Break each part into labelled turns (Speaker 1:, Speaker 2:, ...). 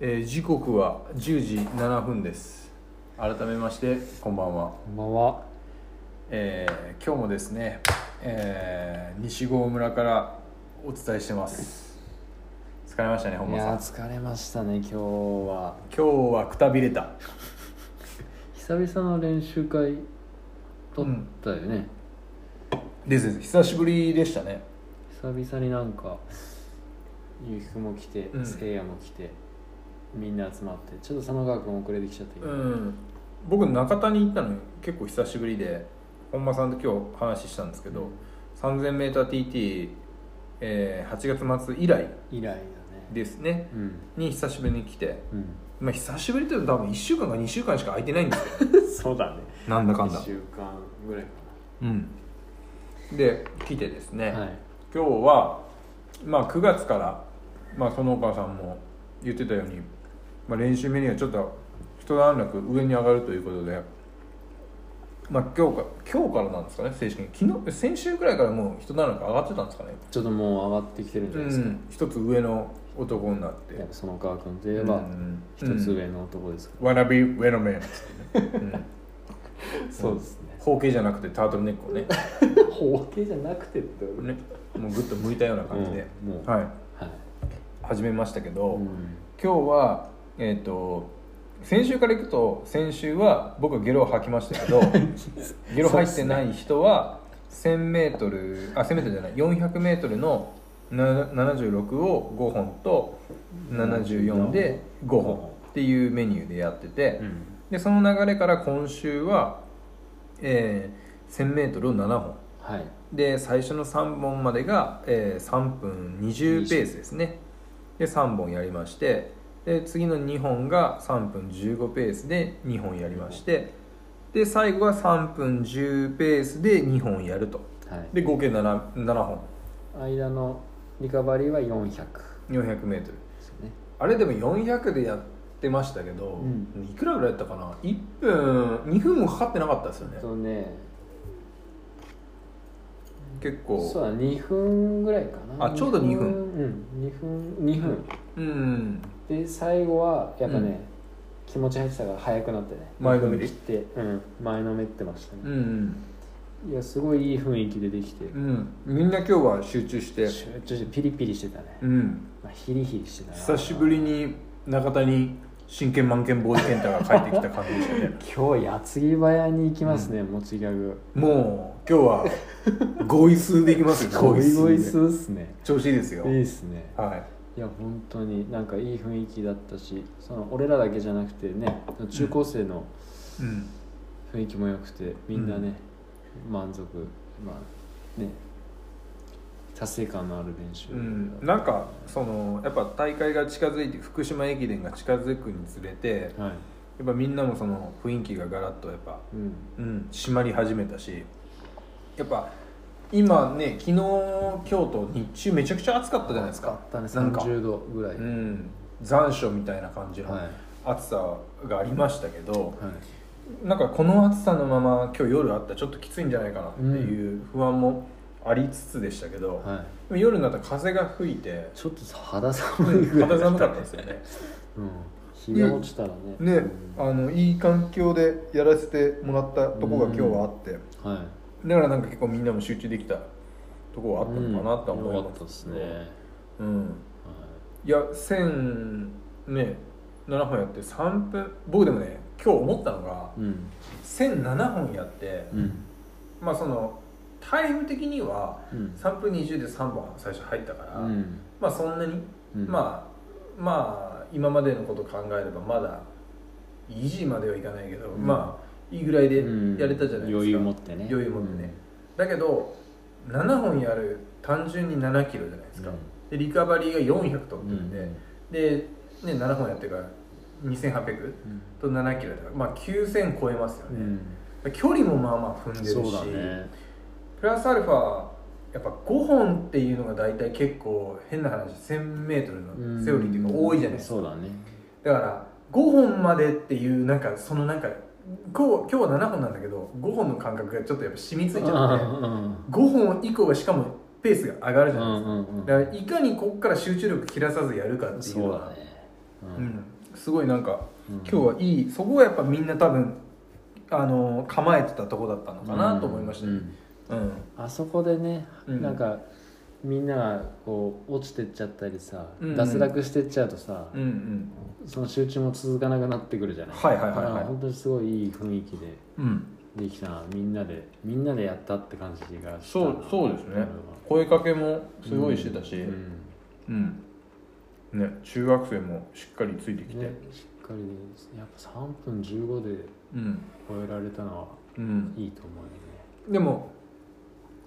Speaker 1: えー時刻は10時7分です改めましてこんばんは、
Speaker 2: こんばんは。
Speaker 1: えー今日もですね、えー西郷村からお伝えしてます疲れましたね本
Speaker 2: い
Speaker 1: 間さ
Speaker 2: やー
Speaker 1: ん
Speaker 2: 疲れましたね今日は。
Speaker 1: 今日はくたびれた
Speaker 2: 久々の練習会撮ったよね。
Speaker 1: ですです久しぶりでしたね
Speaker 2: 久々になんかゆうきくんも来て、
Speaker 1: うん
Speaker 2: せいやも来て、みんな集まってちょっと佐野川くん遅れてきちゃったけど。
Speaker 1: うん僕中田に行ったの結構久しぶりで本間さんと今日話したんですけど、3000mTT、えー8月末以来
Speaker 2: 以来だね。
Speaker 1: ですね
Speaker 2: うん
Speaker 1: に久しぶりに来て、
Speaker 2: う
Speaker 1: まあ、久しぶりというと多分1週間か2週間しか空いてないんですよ
Speaker 2: ん。そうだね。
Speaker 1: なんだかんだ
Speaker 2: 一週間ぐらいか
Speaker 1: うんで来てですね、
Speaker 2: な。はい。
Speaker 1: 今日は、まあ、9月から、まあ、そのお母さんも言ってたように、まあ、練習メニューはちょっと一段落上に上がるということで、まあ、今日か今日からなんですかね正式に昨日先週くらいからもう一段落上がってたんですかね
Speaker 2: ちょっともう上がってきてるんじゃ
Speaker 1: う
Speaker 2: ないですか。
Speaker 1: ん一つ上の男になって
Speaker 2: やっぱ佐野川くんといえば
Speaker 1: うん
Speaker 2: 一つ上の男ですか
Speaker 1: わらび上の面、うん、
Speaker 2: ら。そうです ね。
Speaker 1: 包茎じゃなくてタートルネックをね
Speaker 2: 包茎じゃなくてってことね。
Speaker 1: ねもうグッと向いたような感じで、
Speaker 2: うんもう
Speaker 1: はい
Speaker 2: はい。
Speaker 1: 始めましたけど、
Speaker 2: うん
Speaker 1: 今日はえっ、と先週からいくと先週は僕はゲロを吐きました けどゲロ吐いてない人は 1000m あ 1000m じゃない 400m のな76を5本と74で5本っていうメニューでやってて、
Speaker 2: うん
Speaker 1: でその流れから今週は、えー 1000m を7本
Speaker 2: はい
Speaker 1: で最初の3本までが、えー3分20ペースですねで3本やりましてで次の2本が3分15ペースで2本やりましてで最後は3分10ペースで2本やると
Speaker 2: はい
Speaker 1: で合計 7, 7本
Speaker 2: 間のリカバリーは400で
Speaker 1: 400m
Speaker 2: すね
Speaker 1: あれでも400でやってましたけど、
Speaker 2: うん
Speaker 1: いくらぐらいやったかな1分2分もかかってなかったですよね
Speaker 2: とね
Speaker 1: 結
Speaker 2: そう
Speaker 1: 構
Speaker 2: だ2分ぐらいかな
Speaker 1: あちょうど2分
Speaker 2: うん2分2分
Speaker 1: うん
Speaker 2: で最後はやっぱね、
Speaker 1: うん
Speaker 2: 気持ち入ってたから早くなってね
Speaker 1: 前のめり
Speaker 2: 2分切って、うん、前のめってました
Speaker 1: う
Speaker 2: ね、
Speaker 1: ん
Speaker 2: いやすごいいい雰囲気でできて、
Speaker 1: うんみんな今日は集中して
Speaker 2: 集中してピリピリしてたね、
Speaker 1: うん
Speaker 2: まあ、ヒリヒリしてたな
Speaker 1: 久しぶりに中田に真剣満剣坊主健太が帰ってきた感じでした ね
Speaker 2: 今日矢継ぎ早に行きますね、持ちギャグ
Speaker 1: もう今日は合意数でいきますよ
Speaker 2: ゴイゴ
Speaker 1: で
Speaker 2: イスーっすね
Speaker 1: 調子いいですよ
Speaker 2: いいっすね
Speaker 1: はい
Speaker 2: や本当になんかいい雰囲気だったしその俺らだけじゃなくてね中高生の
Speaker 1: い、うん、
Speaker 2: 雰囲気も良くてみんなね、満足まあね達成感のある練習、
Speaker 1: うん、なんかそのやっぱ大会が近づいて福島駅伝が近づくにつれて
Speaker 2: はい、
Speaker 1: やっぱみんなもその雰囲気がガラッとやっぱ、
Speaker 2: うん、
Speaker 1: うん、締まり始めたしやっぱ今ね昨日今日と日中めちゃくちゃ暑かったじゃないですか
Speaker 2: 暑かった
Speaker 1: な
Speaker 2: ね
Speaker 1: んか
Speaker 2: 30度ぐらい、
Speaker 1: うん、残暑みたいな感じの
Speaker 2: はい
Speaker 1: 暑さがありましたけど、
Speaker 2: はい
Speaker 1: なんかこの暑さのまま今日夜あったらちょっときついんじゃないかなっていう不安もありつつでしたけど、
Speaker 2: はい、
Speaker 1: でも夜になったら風が吹い て
Speaker 2: ちょっと肌寒いぐらい
Speaker 1: 肌寒かったですよね。
Speaker 2: うん、日が落ちたらね
Speaker 1: ね
Speaker 2: うん
Speaker 1: あのいい環境でやらせてもらったとこが今日はあって、
Speaker 2: はい
Speaker 1: だからなんか結構みんなも集中できたとこはあったのかなとは思い
Speaker 2: うん
Speaker 1: ま
Speaker 2: 良かったですね、はい、
Speaker 1: うんいや1000ね7本やって3分僕でもね今日思ったのが
Speaker 2: うん
Speaker 1: 1007本やって、
Speaker 2: うん
Speaker 1: まあそのタイム的には
Speaker 2: うん
Speaker 1: 3分20で3本最初入ったから、
Speaker 2: うん
Speaker 1: まあそんなに、
Speaker 2: うん
Speaker 1: まあまあ今までのこと考えればまだ維持まではいかないけど、
Speaker 2: ん
Speaker 1: まあいいぐらいでやれたじゃないですか、
Speaker 2: 余裕持ってね
Speaker 1: 余裕持ってね、だけど7本やる単純に7キロじゃないですか、
Speaker 2: うん
Speaker 1: でリカバリーが400取ってるんで、
Speaker 2: うん
Speaker 1: で、ね、7本やってから2800
Speaker 2: うん
Speaker 1: と7キロだから、まあ、9000超えますよ
Speaker 2: う
Speaker 1: ね、
Speaker 2: ん
Speaker 1: 距離もまあまあ踏んでるし、
Speaker 2: そうだね
Speaker 1: プラスアルファやっぱ5本っていうのが大体結構変な話 1000m のセオリーっていうか多いじゃないですか、
Speaker 2: かそうだね
Speaker 1: だから5本までっていうなんかそのなんか今日今日は7本なんだけど5本の感覚がちょっとやっぱ染みついちゃって
Speaker 2: うん
Speaker 1: 5本以降がしかもペースが上がるじ
Speaker 2: う
Speaker 1: ゃないですか、
Speaker 2: んうんうん
Speaker 1: だからいかにここから集中力切らさずやるかっていう
Speaker 2: そ
Speaker 1: の
Speaker 2: う
Speaker 1: が
Speaker 2: だねう
Speaker 1: うんん、すごいなんか
Speaker 2: うん
Speaker 1: 今日はいいそこがやっぱみんな多分あの構えてたとこだったのかなと思いました
Speaker 2: う
Speaker 1: ね
Speaker 2: ん
Speaker 1: うん
Speaker 2: あそこでね、
Speaker 1: うん
Speaker 2: なんかみんながこう落ちてっちゃったりさ、
Speaker 1: うんうん
Speaker 2: 脱落してっちゃうとさ
Speaker 1: うん、うん
Speaker 2: その集中も続かなくなってくるじゃない、
Speaker 1: はいはい
Speaker 2: だか
Speaker 1: はい
Speaker 2: ら
Speaker 1: はい
Speaker 2: 本当にすごいいい雰囲気で
Speaker 1: うん
Speaker 2: できたなみんなでみんなでやったって感じがしたな
Speaker 1: そうそうですね
Speaker 2: 俺
Speaker 1: 声
Speaker 2: は
Speaker 1: かけもすごいしてたしう
Speaker 2: う
Speaker 1: ん
Speaker 2: ん
Speaker 1: うんね中学生もしっかりついてきて
Speaker 2: ね、しっかりでやっぱ3分15で
Speaker 1: うん
Speaker 2: 超えられたのは
Speaker 1: うん
Speaker 2: いいと思うよね
Speaker 1: でも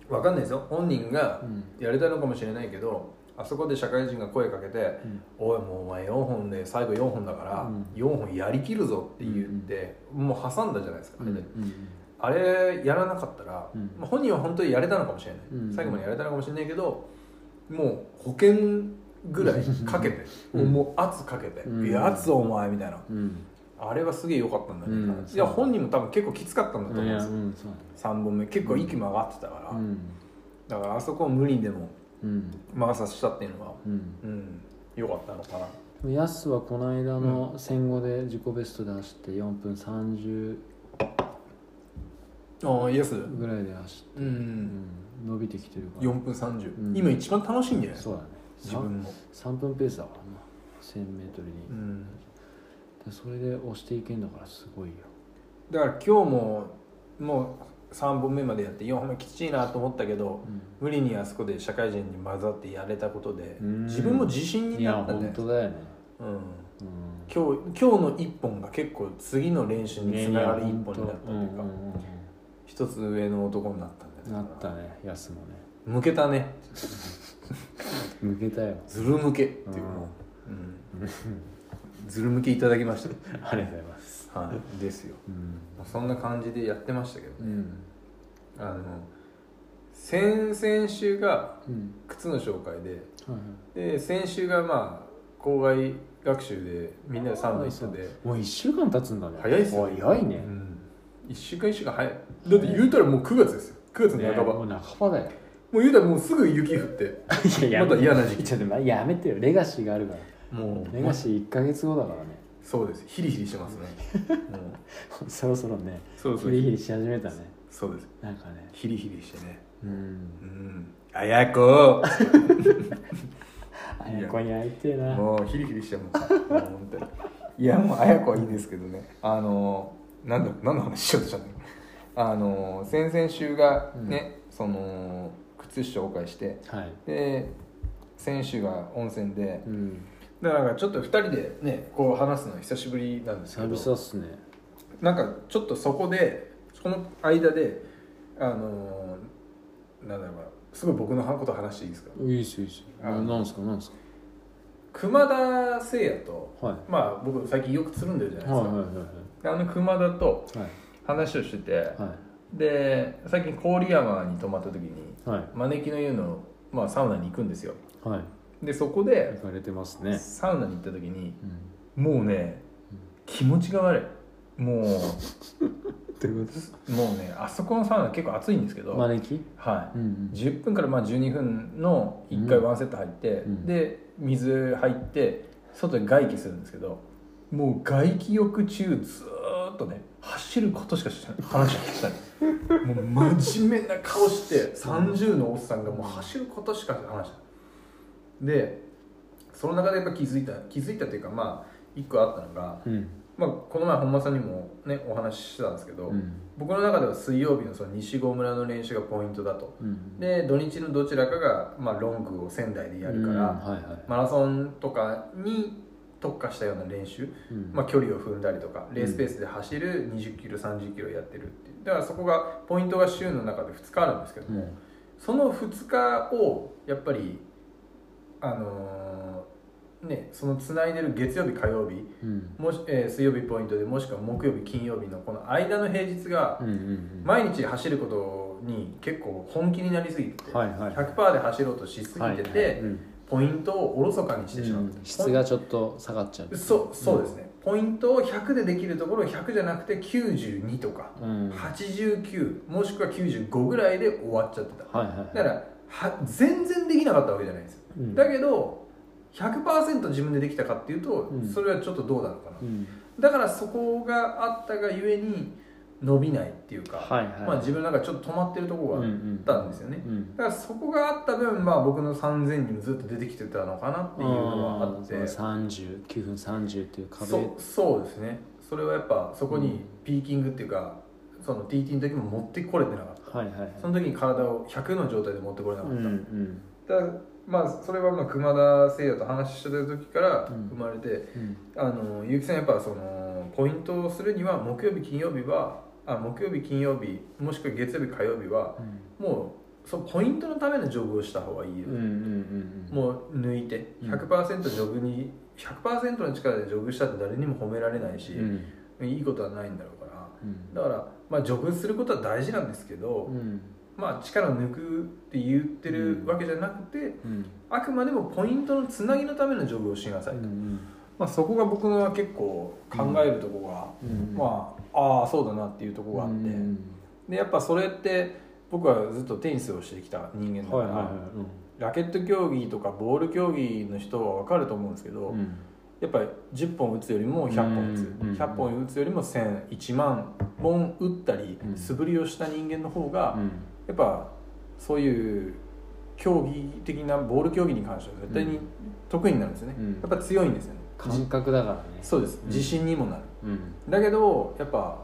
Speaker 1: わかんないですよ本人が
Speaker 2: うん
Speaker 1: やれたのかもしれないけどあそこで社会人が声かけて
Speaker 2: うん
Speaker 1: 「おいもうお前4本で最後4本だから
Speaker 2: うん
Speaker 1: 4本やりきるぞ」って言ってもう挟んだじゃないですかあ
Speaker 2: う
Speaker 1: れ
Speaker 2: ん
Speaker 1: であれやらなかったら、
Speaker 2: うん
Speaker 1: まあ本人は本当にやれたのかもしれない、
Speaker 2: うん
Speaker 1: 最後までやれたのかもしれないけどもう保険ぐらいかけて、
Speaker 2: うん
Speaker 1: もう圧かけて「
Speaker 2: うん
Speaker 1: いや圧お前」みたいな
Speaker 2: うん
Speaker 1: あれはすげえ良かったんだけど、
Speaker 2: うん
Speaker 1: いや本人も多分結構きつかったんだと思うんん
Speaker 2: うい
Speaker 1: で
Speaker 2: や
Speaker 1: す
Speaker 2: う
Speaker 1: よ、
Speaker 2: んそう
Speaker 1: 3本目結構息も上がってたから、
Speaker 2: だねうん
Speaker 1: だからあそこを無理にでも
Speaker 2: うん
Speaker 1: 魔さしたっていうのは
Speaker 2: うん
Speaker 1: うん良かったのかな
Speaker 2: ヤスはこの間の戦後で自己ベストで走って4分30
Speaker 1: ああイエス
Speaker 2: ぐらいで走って、
Speaker 1: う
Speaker 2: うん伸びてきてるから
Speaker 1: 4分30、
Speaker 2: うん
Speaker 1: 今一番楽しいんじゃない
Speaker 2: そうだね
Speaker 1: 自分も、
Speaker 2: 3分ペースだからな 1000m に、
Speaker 1: うん
Speaker 2: でそれで押していけんだからすごいよ
Speaker 1: だから今日ももう3本目までやって4本目きついなと思ったけど無理にあそこで社会人に混ざってやれたことで
Speaker 2: うん
Speaker 1: 自分も自信
Speaker 2: い
Speaker 1: に
Speaker 2: や
Speaker 1: なった
Speaker 2: 本
Speaker 1: ね、
Speaker 2: 当だよね
Speaker 1: うん、
Speaker 2: うん
Speaker 1: 今日今日の1本が結構次の練習につながる1本になったというか
Speaker 2: うんうんうん
Speaker 1: 一つ上の男になったんだ
Speaker 2: うん
Speaker 1: よ
Speaker 2: な
Speaker 1: ね
Speaker 2: ったねヤスもね
Speaker 1: 向けたね
Speaker 2: 抜けた よ
Speaker 1: ずる向けっていうのを、うんずる向けいただきまし
Speaker 2: ありがとうございます
Speaker 1: たはいですよ
Speaker 2: うん、
Speaker 1: そんな感じでやってましたけど
Speaker 2: う
Speaker 1: ね
Speaker 2: ん
Speaker 1: あの先々週が
Speaker 2: うん
Speaker 1: 靴の紹介で
Speaker 2: はいはい
Speaker 1: で先週がまあ校外学習でみんなでサウナ行ったんで、
Speaker 2: もう1週間経つんだね
Speaker 1: 早いっすよ
Speaker 2: お早いうね、
Speaker 1: ん、1週間1週間早いだって言うたらもう9月ですよ9月
Speaker 2: ね
Speaker 1: の半ば、
Speaker 2: も
Speaker 1: も
Speaker 2: う半ば だよ
Speaker 1: う言うたらもうすぐ雪降って
Speaker 2: いややめ
Speaker 1: また嫌な時期
Speaker 2: ちょっと待ってやめてよレガシーがあるから
Speaker 1: も
Speaker 2: レガシー1か月後だからね
Speaker 1: そうですヒリヒリしてますねもう
Speaker 2: そろそろね
Speaker 1: そうそ
Speaker 2: ヒ
Speaker 1: う
Speaker 2: リヒリし始めたね
Speaker 1: そうです
Speaker 2: なんかね
Speaker 1: ヒリヒリしてね
Speaker 2: うん
Speaker 1: うんあやこ
Speaker 2: あやこに会いてえな
Speaker 1: もうヒリヒリしてますもう本当にいやもうあやこはいいですけどねあのなんだ何の話しようとしたんだろうあの先々週がね、その靴紹介して
Speaker 2: はい
Speaker 1: で先週が温泉で
Speaker 2: うん
Speaker 1: だからなんかちょっと2人でねこう話すの久しぶりなんですけ
Speaker 2: 久々
Speaker 1: ど
Speaker 2: っすね
Speaker 1: なんかちょっとそこでその間であのなんだろうなすごい僕のこと話していいですか
Speaker 2: いいっすよいいっすよ
Speaker 1: あ
Speaker 2: ななんすかなんす
Speaker 1: 熊田誠也と
Speaker 2: かはい
Speaker 1: まあ僕最近よくつるんでるじゃないで
Speaker 2: はい
Speaker 1: す
Speaker 2: はい
Speaker 1: か、
Speaker 2: はい
Speaker 1: であの熊田と
Speaker 2: はい
Speaker 1: 話をしてて、
Speaker 2: は
Speaker 1: で最近郡山に泊まった時に
Speaker 2: いはい
Speaker 1: 招きの湯の、まあ、サウナに行くんですよ
Speaker 2: はい
Speaker 1: でそこで
Speaker 2: 行かれてますね
Speaker 1: サウナに行った時に
Speaker 2: うん
Speaker 1: もうね気持ちが悪いもう
Speaker 2: ってこ
Speaker 1: もうねあそこのサウナ結構暑いんですけど、
Speaker 2: 招き
Speaker 1: は
Speaker 2: うんうん
Speaker 1: い、10分からまあ12分の1回ワンセット入って、
Speaker 2: うん
Speaker 1: で水入って外で外気するんですけどもう外気浴中ずーっとね走ることしかしてない話しかして ないもう真面目な顔して30のおっさんがもう走ることしか話してないでその中でやっぱ気づいた気づいたというかまあ1個あったのが、
Speaker 2: うん
Speaker 1: まあ、この前本間さんにもねお話ししてたんですけど、
Speaker 2: うん
Speaker 1: 僕の中では水曜日のその西郷村の練習がポイントだと
Speaker 2: うん
Speaker 1: で土日のどちらかが、まあ、ロングを仙台でやるか
Speaker 2: う
Speaker 1: ら、
Speaker 2: んはいはい
Speaker 1: マラソンとかに特化したような練習、
Speaker 2: うん
Speaker 1: まあ、距離を踏んだりとかレースペースで走る2 0キロ3 0キロやってるっていうだからそこがポイントが週の中で2日あるんですけど
Speaker 2: う
Speaker 1: も、
Speaker 2: ん
Speaker 1: その2日をやっぱりあのーねそのつないでる月曜日火曜日
Speaker 2: うん
Speaker 1: もし、えー水曜日ポイントでもしくは木曜日金曜日のこの間の平日が
Speaker 2: うんうん
Speaker 1: 毎日走ることに結構本気になりすぎてて、
Speaker 2: はいはい
Speaker 1: 100%で走ろうとしすぎてて、
Speaker 2: うん
Speaker 1: ポイントをおろそかにしてしまう、
Speaker 2: うん質がちょっと下がっちゃう
Speaker 1: そうそうですね、ポイントを100でできるところを100じゃなくて92とか、
Speaker 2: うんはい
Speaker 1: 89もしくは95ぐらいで終わっちゃってた
Speaker 2: はいはい
Speaker 1: だからは全然できなかったわけじゃないんですよ、
Speaker 2: うん
Speaker 1: だけど100%自分でできたかっていうと、
Speaker 2: うん
Speaker 1: それはちょっとどうなのかな、
Speaker 2: うん
Speaker 1: だからそこがあったがゆえに伸びないっていうか、
Speaker 2: はいはい
Speaker 1: まあ、自分の中でちょっと止まってるところがあったんですよね、
Speaker 2: うん
Speaker 1: だからそこがあった分、まあ、僕の3000にもずっと出てきてたのかなっていうのはあって
Speaker 2: あーその39分30っていう壁
Speaker 1: そそうですねそれはやっぱそこにピーキングっていうか、その TT の時も持ってこれてなかった
Speaker 2: はいはいはい
Speaker 1: その時に体を100の状態で持ってこれなか
Speaker 2: う
Speaker 1: っ
Speaker 2: ん
Speaker 1: た、
Speaker 2: うん
Speaker 1: だからまあそれはまあ熊田誠也と話してた時から
Speaker 2: うん
Speaker 1: 生まれて、
Speaker 2: うん
Speaker 1: あの結城さんやっぱそのポイントをするには木曜日金曜日はあ木曜日金曜日もしくは月曜日火曜日は
Speaker 2: うん
Speaker 1: もうそのポイントのためのジョグをした方がいいよ、
Speaker 2: うんうんうん
Speaker 1: もう抜いて
Speaker 2: うん
Speaker 1: 100%ジョグに100%の力でジョグしたって誰にも褒められないし
Speaker 2: う、ん
Speaker 1: いいことはないんだろうから
Speaker 2: うん
Speaker 1: だから、まあ、ジョグすることは大事なんですけど、
Speaker 2: うん
Speaker 1: まあ、力を抜くって言ってるわけじゃなくて、
Speaker 2: うん
Speaker 1: あくまでもポイントのつなぎのためのジョグをしなさい、
Speaker 2: うん
Speaker 1: まあ、そこが僕のは結構考えるとこが、
Speaker 2: うん
Speaker 1: まあああそうだなっていうとこがあって、
Speaker 2: うん
Speaker 1: でやっぱそれって僕はずっとテニスをしてきた人間だか
Speaker 2: はい
Speaker 1: ら、
Speaker 2: はいはい
Speaker 1: ラケット競技とかボール競技の人は分かると思うんですけど、
Speaker 2: うんうん
Speaker 1: やっぱり10本打つよりも100本打つ、
Speaker 2: うん
Speaker 1: 100本打つよりも1001万本打ったり
Speaker 2: うん
Speaker 1: 素振りをした人間の方が、
Speaker 2: うん
Speaker 1: やっぱそういう競技的なボール競技に関しては絶対に得意になるんですよね、
Speaker 2: うん
Speaker 1: やっぱ強いんですよね、
Speaker 2: 感覚だからね
Speaker 1: そうです
Speaker 2: うん
Speaker 1: 自信にもなる、
Speaker 2: うん
Speaker 1: だけどやっぱ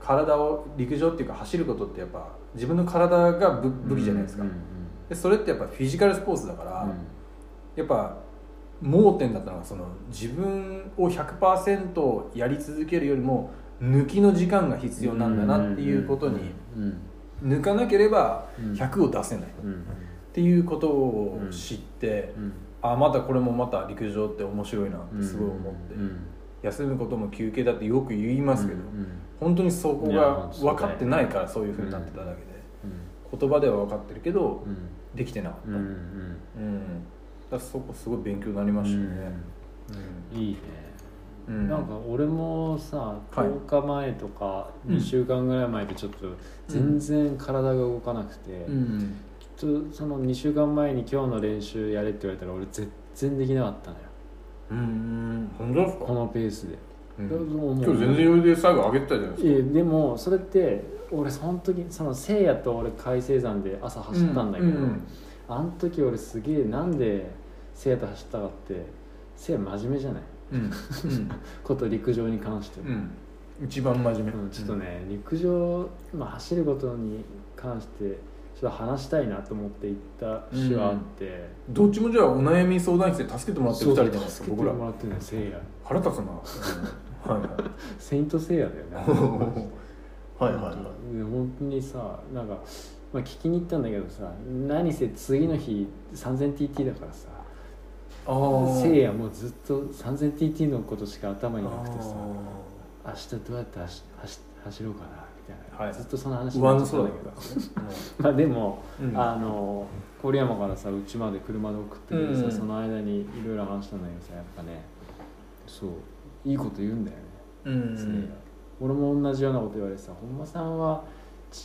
Speaker 1: 体を陸上っていうか走ることってやっぱ自分の体が武武器じゃないですか、
Speaker 2: うんうん
Speaker 1: でそれってやっぱフィジカルスポーツだから、
Speaker 2: うん
Speaker 1: やっぱ盲点だったのがその自分を100%やり続けるよりも抜きの時間が必要なんだなっていうことに
Speaker 2: うん
Speaker 1: 抜かなければ
Speaker 2: うん
Speaker 1: 100を出せないっ
Speaker 2: うん
Speaker 1: ていうことを知って、
Speaker 2: うん
Speaker 1: あまたこれもまた陸上って面白いなってすごい思って、
Speaker 2: うん
Speaker 1: 休むことも休憩だってよく言いますけど、
Speaker 2: うんうん
Speaker 1: 本当にそこが
Speaker 2: いやそうだ
Speaker 1: 分か
Speaker 2: よ
Speaker 1: ってないからそういうふうになってただけで、言葉では分かってるけど
Speaker 2: うんうん
Speaker 1: できてなかった、
Speaker 2: うんうん
Speaker 1: うんだからそこすごい勉強になりましたね、
Speaker 2: うんいいね
Speaker 1: うん
Speaker 2: なんか俺もさ
Speaker 1: はい
Speaker 2: 10日前とか
Speaker 1: うん
Speaker 2: 2週間ぐらい前でちょっと全然体が動かなくて、
Speaker 1: うん
Speaker 2: ちょっとその2週間前に今日の練習やれって言われたら俺全然できなかったのよ
Speaker 1: うん本当ですか
Speaker 2: このペースで、
Speaker 1: うん
Speaker 2: だからもう
Speaker 1: 今日全然余裕で最後上げてたじゃないですか
Speaker 2: いやでもそれって俺その時そのせいやと俺海星山で朝走ったんだけど、
Speaker 1: ううん
Speaker 2: あの時俺すげえなんでせいやと走ったかってせいや真面目じゃない
Speaker 1: うん
Speaker 2: こと陸上に関しては、
Speaker 1: うんうん一番真面目、
Speaker 2: うんちょっとね、陸上、まあ、走ることに関してちょっと話したいなと思って行った週はあって、
Speaker 1: どっちもじゃあお悩み相談室で助けてもらってる
Speaker 2: そう
Speaker 1: 二人じ
Speaker 2: そう
Speaker 1: ゃないですか
Speaker 2: 助けて
Speaker 1: 僕ら
Speaker 2: もらってるのよせいや
Speaker 1: 腹立つな、うんはい
Speaker 2: セイントセイヤだよね
Speaker 1: はいはいはいはい
Speaker 2: で本当にさなんか、まあ、聞きに行ったんだけどさ何せ次の日 3000TT だからさ
Speaker 1: あー
Speaker 2: せいやもうずっと 3000TT のことしか頭になくてさ
Speaker 1: あ
Speaker 2: 明日どうやって走走走ろうかなみたいな、
Speaker 1: はい
Speaker 2: ずっとその話
Speaker 1: ー
Speaker 2: に
Speaker 1: 上
Speaker 2: なっ
Speaker 1: の
Speaker 2: ちゃった
Speaker 1: 空だ
Speaker 2: んだ
Speaker 1: け
Speaker 2: けど
Speaker 1: ど、
Speaker 2: まあでも、
Speaker 1: うん
Speaker 2: あの郡山からさうちまで車で送ってくれてさ、
Speaker 1: うん
Speaker 2: その間にいろいろ話したんだけどさやっぱねそういいこと言うんだよね
Speaker 1: うん
Speaker 2: そう俺も同じようなこと言われてさ本間さんは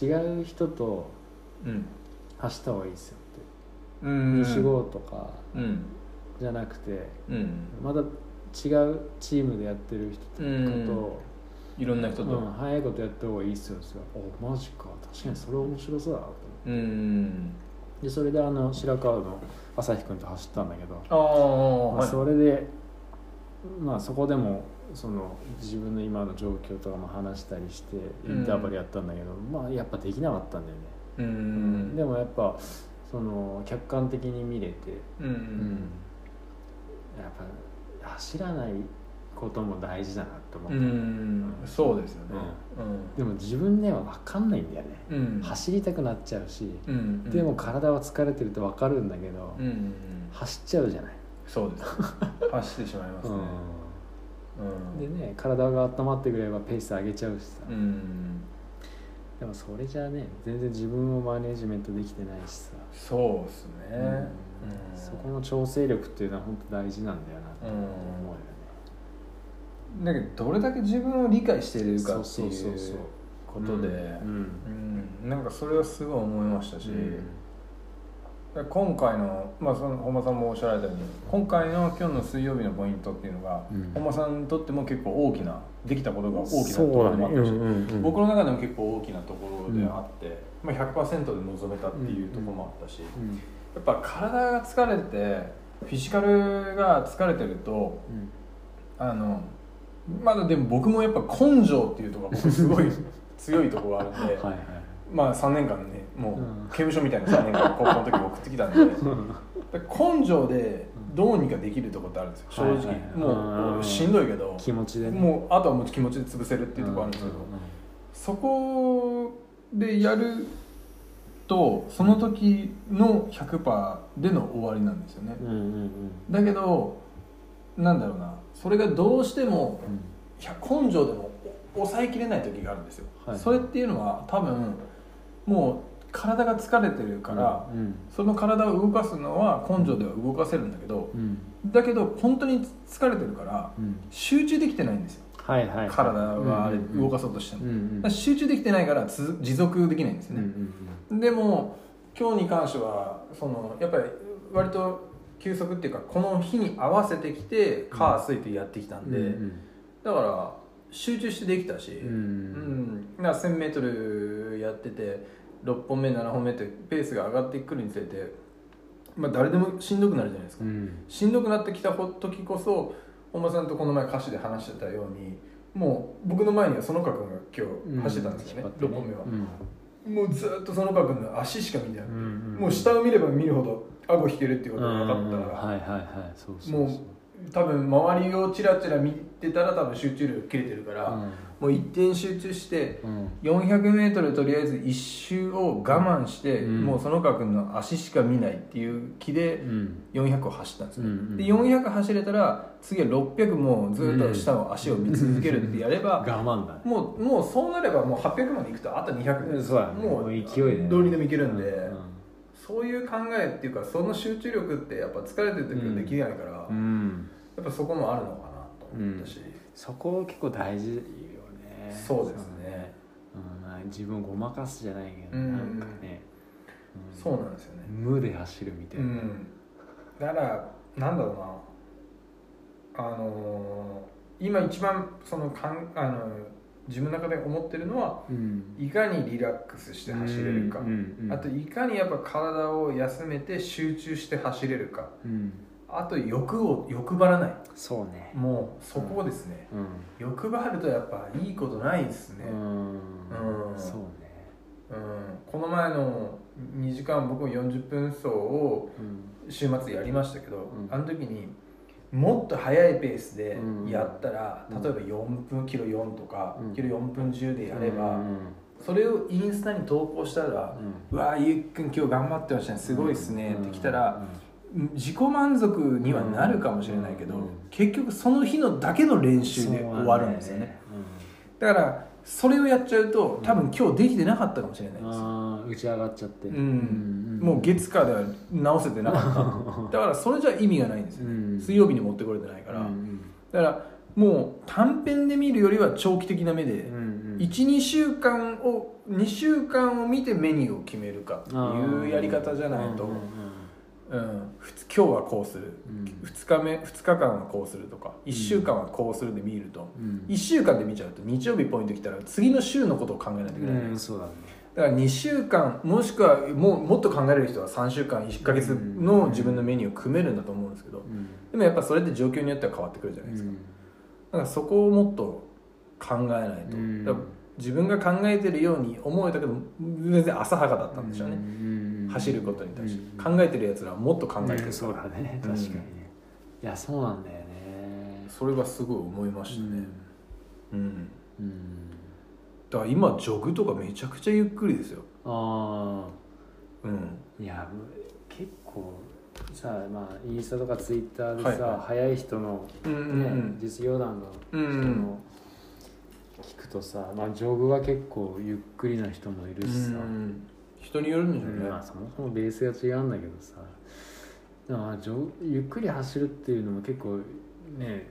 Speaker 2: 違う人と
Speaker 1: うん
Speaker 2: 走った方がいいですよって、
Speaker 1: うん
Speaker 2: 西郷とか
Speaker 1: うん
Speaker 2: じゃなくて
Speaker 1: うん
Speaker 2: まだ違うチームでやってる人とかと、
Speaker 1: うんいろんな人
Speaker 2: う
Speaker 1: と
Speaker 2: ん早いことやった方がいいっすよって言ったらおマジか確かにそれ面白そうだなと思って
Speaker 1: うん
Speaker 2: でそれであの白川の朝日君と走ったんだけど、
Speaker 1: ああ
Speaker 2: まあ
Speaker 1: はい
Speaker 2: それで、まあ、そこでもその自分の今の状況とかも話したりしてインターバルやったんだけど、まあやっぱできなかったんだよね、
Speaker 1: う
Speaker 2: で
Speaker 1: ん
Speaker 2: もやっぱその客観的に見れて、
Speaker 1: うんうん
Speaker 2: やっぱ走らないことも大事だなって思っ
Speaker 1: う
Speaker 2: た、
Speaker 1: んそうですよね
Speaker 2: でも自分では分かんないんだよね、
Speaker 1: うんうん
Speaker 2: 走りたくなっちゃうし、
Speaker 1: うん
Speaker 2: でも体は疲れてると分かるんだけど、
Speaker 1: うんうん
Speaker 2: 走っちゃうじゃない、
Speaker 1: そうです走ってしまいますねうん
Speaker 2: でね体が温まってくればペース上げちゃうしさ、
Speaker 1: うん
Speaker 2: でもそれじゃね全然自分をマネジメントできてないしさ、
Speaker 1: そうですね
Speaker 2: うんそこの調整力っていうのは本当大事なんだよなって思うよね、
Speaker 1: うんだけどどれだけ自分を理解しているかって
Speaker 2: そうそうそう
Speaker 1: い
Speaker 2: そう
Speaker 1: うことで
Speaker 2: うん
Speaker 1: うんなんかそれはすごい思いましたし
Speaker 2: うん
Speaker 1: で今回の、まあ、その本間さんもおっしゃられたように今回の今日の水曜日のポイントっていうのが、
Speaker 2: うん
Speaker 1: 本間さんにとっても結構大きなできたことが大きな
Speaker 2: そ
Speaker 1: ところ
Speaker 2: うだ
Speaker 1: で
Speaker 2: ね
Speaker 1: もあっ
Speaker 2: う
Speaker 1: たし、
Speaker 2: んうんうん
Speaker 1: 僕の中でも結構大きなところであって、まあ、100%で臨めたっていうところもあったし、
Speaker 2: うん
Speaker 1: やっぱ体が疲れてフィジカルが疲れてると
Speaker 2: うん
Speaker 1: あのまだでも僕もやっぱ根性っていうところが僕す ごい強いところがあるんで、
Speaker 2: はいはい
Speaker 1: まあ3年間ねも
Speaker 2: うん
Speaker 1: う刑務所みたいな3年間高校の時送ってきたんでだから根性でどうにかできるところってあるんですよ正
Speaker 2: はいはい
Speaker 1: 直、
Speaker 2: はい
Speaker 1: もう
Speaker 2: うん
Speaker 1: しんどいけど
Speaker 2: 気持ちでね
Speaker 1: もうあとはもう気持ちで潰せるっていうところあるんですけど、そこでやるとその時の100%での終わりなんですよね、
Speaker 2: うんうんうんうん
Speaker 1: だけどなんだろうなそれがどうしても
Speaker 2: うん
Speaker 1: いや根性でもお抑えきれない時があるんですよ、
Speaker 2: はい
Speaker 1: それっていうのは多分もう体が疲れてるから、
Speaker 2: うん
Speaker 1: その体を動かすのは根性では動かせるんだけど
Speaker 2: うん
Speaker 1: だけど本当に疲れてるから
Speaker 2: うん
Speaker 1: 集中できてないんですよ
Speaker 2: はいはい
Speaker 1: 体はあれ
Speaker 2: うんうんう
Speaker 1: 動
Speaker 2: ん
Speaker 1: かそうとしても、
Speaker 2: うんうん
Speaker 1: だから集中できてないからつ持続できないんです
Speaker 2: う
Speaker 1: よ
Speaker 2: んう
Speaker 1: ね、
Speaker 2: ん
Speaker 1: でも今日に関してはそのやっぱり割と休息っていうかこの日に合わせてきて火水ってやってきた
Speaker 2: うんん
Speaker 1: で、
Speaker 2: うん
Speaker 1: だから集中してできたし、
Speaker 2: うんう
Speaker 1: うんんだから 1000m やってて6本目7本目ってペースが上がってくるにつれて、まあ、誰でもしんどくなるじゃないですか、
Speaker 2: うん
Speaker 1: しんどくなってきた時こそ本間さんとこの前歌手で話してたようにもう僕の前には園川君が今日走ってたんですよね、
Speaker 2: 引っ張って
Speaker 1: 6本目は
Speaker 2: う、ん
Speaker 1: もうずっと園川君の足しか見てなくて、
Speaker 2: んん
Speaker 1: もう下を見れば見るほど顎引けるっていう
Speaker 2: う
Speaker 1: こと
Speaker 2: ん
Speaker 1: が分かったから、
Speaker 2: はいはいはいそうそ
Speaker 1: も
Speaker 2: う
Speaker 1: う多分周りをチラチラ見てたら多分集中力切れてるから、もう一点集中して
Speaker 2: う、んうん、
Speaker 1: 400m とりあえず1周を我慢して、
Speaker 2: うん
Speaker 1: もう園川君の足しか見ないっていう気で
Speaker 2: うん
Speaker 1: 400を走ったんです
Speaker 2: う
Speaker 1: ね、
Speaker 2: ん、
Speaker 1: で400走れたら次は600もうずっと下を足を見続けるってやれば、
Speaker 2: 我慢だね
Speaker 1: もうもうそうなればもう800まで行くとあと200で
Speaker 2: そうだね
Speaker 1: もう
Speaker 2: 勢いでね
Speaker 1: どうにでもいけるんで、
Speaker 2: うん
Speaker 1: そういう考えっていうかその集中力ってやっぱ疲れてる時はできないから、や
Speaker 2: うんうん
Speaker 1: っぱそこもあるのかなと思ったし、
Speaker 2: そこ結構大事よね
Speaker 1: そうですね、
Speaker 2: うんまあ自分をごまかすじゃないけど、
Speaker 1: うん
Speaker 2: なんかね、うん
Speaker 1: そうなんですよね、
Speaker 2: 無で走るみたいうな、
Speaker 1: ん、だからなんだろうなあのー今一番そのかん、あのー自分の中で思ってるのは
Speaker 2: うん
Speaker 1: いかにリラックスして走れるか、
Speaker 2: うんうんうん
Speaker 1: あといかにやっぱ体を休めて集中して走れるか
Speaker 2: うん、
Speaker 1: あと欲を欲張らない
Speaker 2: そうね
Speaker 1: もうそこですね、
Speaker 2: うん
Speaker 1: 欲張るとやっぱいいことないですね、
Speaker 2: うん
Speaker 1: うん
Speaker 2: そうね
Speaker 1: うん、この前の2時間僕も40分走を
Speaker 2: うん
Speaker 1: 週末やりましたけど、
Speaker 2: うん
Speaker 1: あの時にもっと速いペースで
Speaker 2: うん
Speaker 1: やったら、
Speaker 2: うん
Speaker 1: 例えば4分キロ4とか、
Speaker 2: うん
Speaker 1: キロ4分10でやれば、
Speaker 2: うん
Speaker 1: それをインスタに投稿したら
Speaker 2: う
Speaker 1: 「
Speaker 2: ん
Speaker 1: うわあゆうくん今日頑張ってましたねすごいっすね」って来たら、、自己満足にはなるかもしれないけど、
Speaker 2: うん
Speaker 1: 結局その日のだけの練習で終わるんですよねだからそれをやっちゃうと多分今日できてなかったかもしれない
Speaker 2: そう
Speaker 1: で
Speaker 2: な
Speaker 1: す、
Speaker 2: んだよねうんあー打ち上がっちゃって、
Speaker 1: うんもう月火では直せてな かっただからそれじゃ意味がないんですよね、
Speaker 2: うん
Speaker 1: 水曜日に持ってこれてないから、
Speaker 2: うん
Speaker 1: だからもう短編で見るよりは長期的な目で、
Speaker 2: うんうん
Speaker 1: 12週間を2週間を見てメニューを決めるかっていうやり方じゃないと、
Speaker 2: う
Speaker 1: うんん
Speaker 2: うん
Speaker 1: ふつ今日はこうする
Speaker 2: うんうん
Speaker 1: 2日目2日間はこうするとか1週間はこうするで見ると、
Speaker 2: うん
Speaker 1: 1週間で見ちゃうと日曜日ポイント来たら次の週のことを考えないといけない、
Speaker 2: うんそうだね
Speaker 1: だから2週間もしくはもうもっと考えれる人は3週間1ヶ月の自分のメニューを組めるんだと思うんですけど
Speaker 2: うん
Speaker 1: でもやっぱそれって状況によっては変わってくるじゃないですか、だからそこをもっと考えないと、
Speaker 2: うん
Speaker 1: だから自分が考えてるように思えたけど全然浅はかだったんでしょうね、
Speaker 2: ね
Speaker 1: 走ることに対して、
Speaker 2: うん
Speaker 1: 考えてるやつらはもっと考えて
Speaker 2: う
Speaker 1: る
Speaker 2: んそうだね
Speaker 1: うん
Speaker 2: 確かにねいやそうなんだよね
Speaker 1: それはすごい思いましたねうん、
Speaker 2: うん
Speaker 1: だから今ジョグとかめちゃくちゃゆっくりですよ
Speaker 2: あ
Speaker 1: うん
Speaker 2: あいや結構さまあインスタとかツイッターで
Speaker 1: はいは
Speaker 2: さ早い人の
Speaker 1: うんうんう
Speaker 2: ね
Speaker 1: ん
Speaker 2: 実業団の人
Speaker 1: うんうん
Speaker 2: の聞くとさまあジョグは結構ゆっくりな人もいるしさ
Speaker 1: うん人によるんでしょうね、
Speaker 2: まあそもそもベースが違うんだけどさでもまあジョゆっくり走るっていうのも結構ね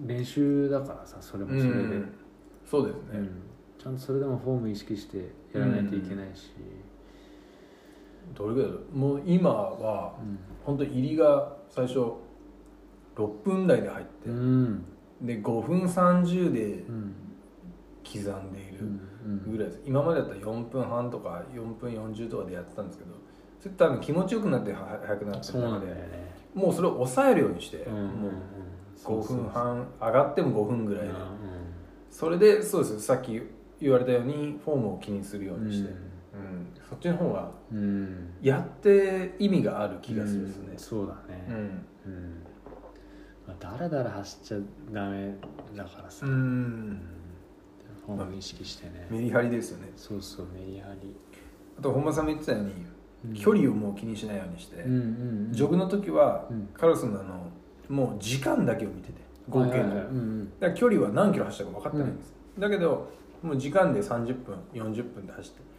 Speaker 2: 練習だからさそれもそれで、
Speaker 1: うんそうですね、
Speaker 2: うんちゃんとそれでもフォーム意識してやらないといけないし、
Speaker 1: どれぐらいだろうもう今は本当入りが最初6分台で入って、
Speaker 2: うん
Speaker 1: で5分30で
Speaker 2: うん
Speaker 1: 刻んでいる
Speaker 2: うん
Speaker 1: ぐらいです、今までだったら4分半とか4分40とかでやってたんですけどそれ多分気持ちよくなっては早くなって
Speaker 2: そ
Speaker 1: る
Speaker 2: うな
Speaker 1: 中
Speaker 2: んだよ
Speaker 1: で
Speaker 2: ね
Speaker 1: もうそれを抑えるようにして、
Speaker 2: うん
Speaker 1: もう
Speaker 2: そう
Speaker 1: 5
Speaker 2: そう
Speaker 1: 分半上がっても5分ぐら
Speaker 2: う
Speaker 1: い
Speaker 2: ん
Speaker 1: で
Speaker 2: うん
Speaker 1: それでそうですさっき言われたようにフォームを気にするようにして、うんそっちの方が
Speaker 2: うん
Speaker 1: やって意味がある気がするです
Speaker 2: う
Speaker 1: ね
Speaker 2: ん、そうだね
Speaker 1: うん
Speaker 2: うんまあだらだら走っちゃダメだからさ、
Speaker 1: うん
Speaker 2: 本を意識してね、
Speaker 1: メリハリですよね
Speaker 2: そうそうメリハリ、
Speaker 1: あと本間さんも言ってたように、
Speaker 2: うん
Speaker 1: 距離をもう気にしないようにして、
Speaker 2: うんうんうん
Speaker 1: ジョグの時は、
Speaker 2: うん
Speaker 1: カルロスのあのもう時間だけを見てて合計の、
Speaker 2: はいはいはいうん
Speaker 1: だから距離は何キロ走ったか分かってないんです、だけどもう時間で30分40分で走って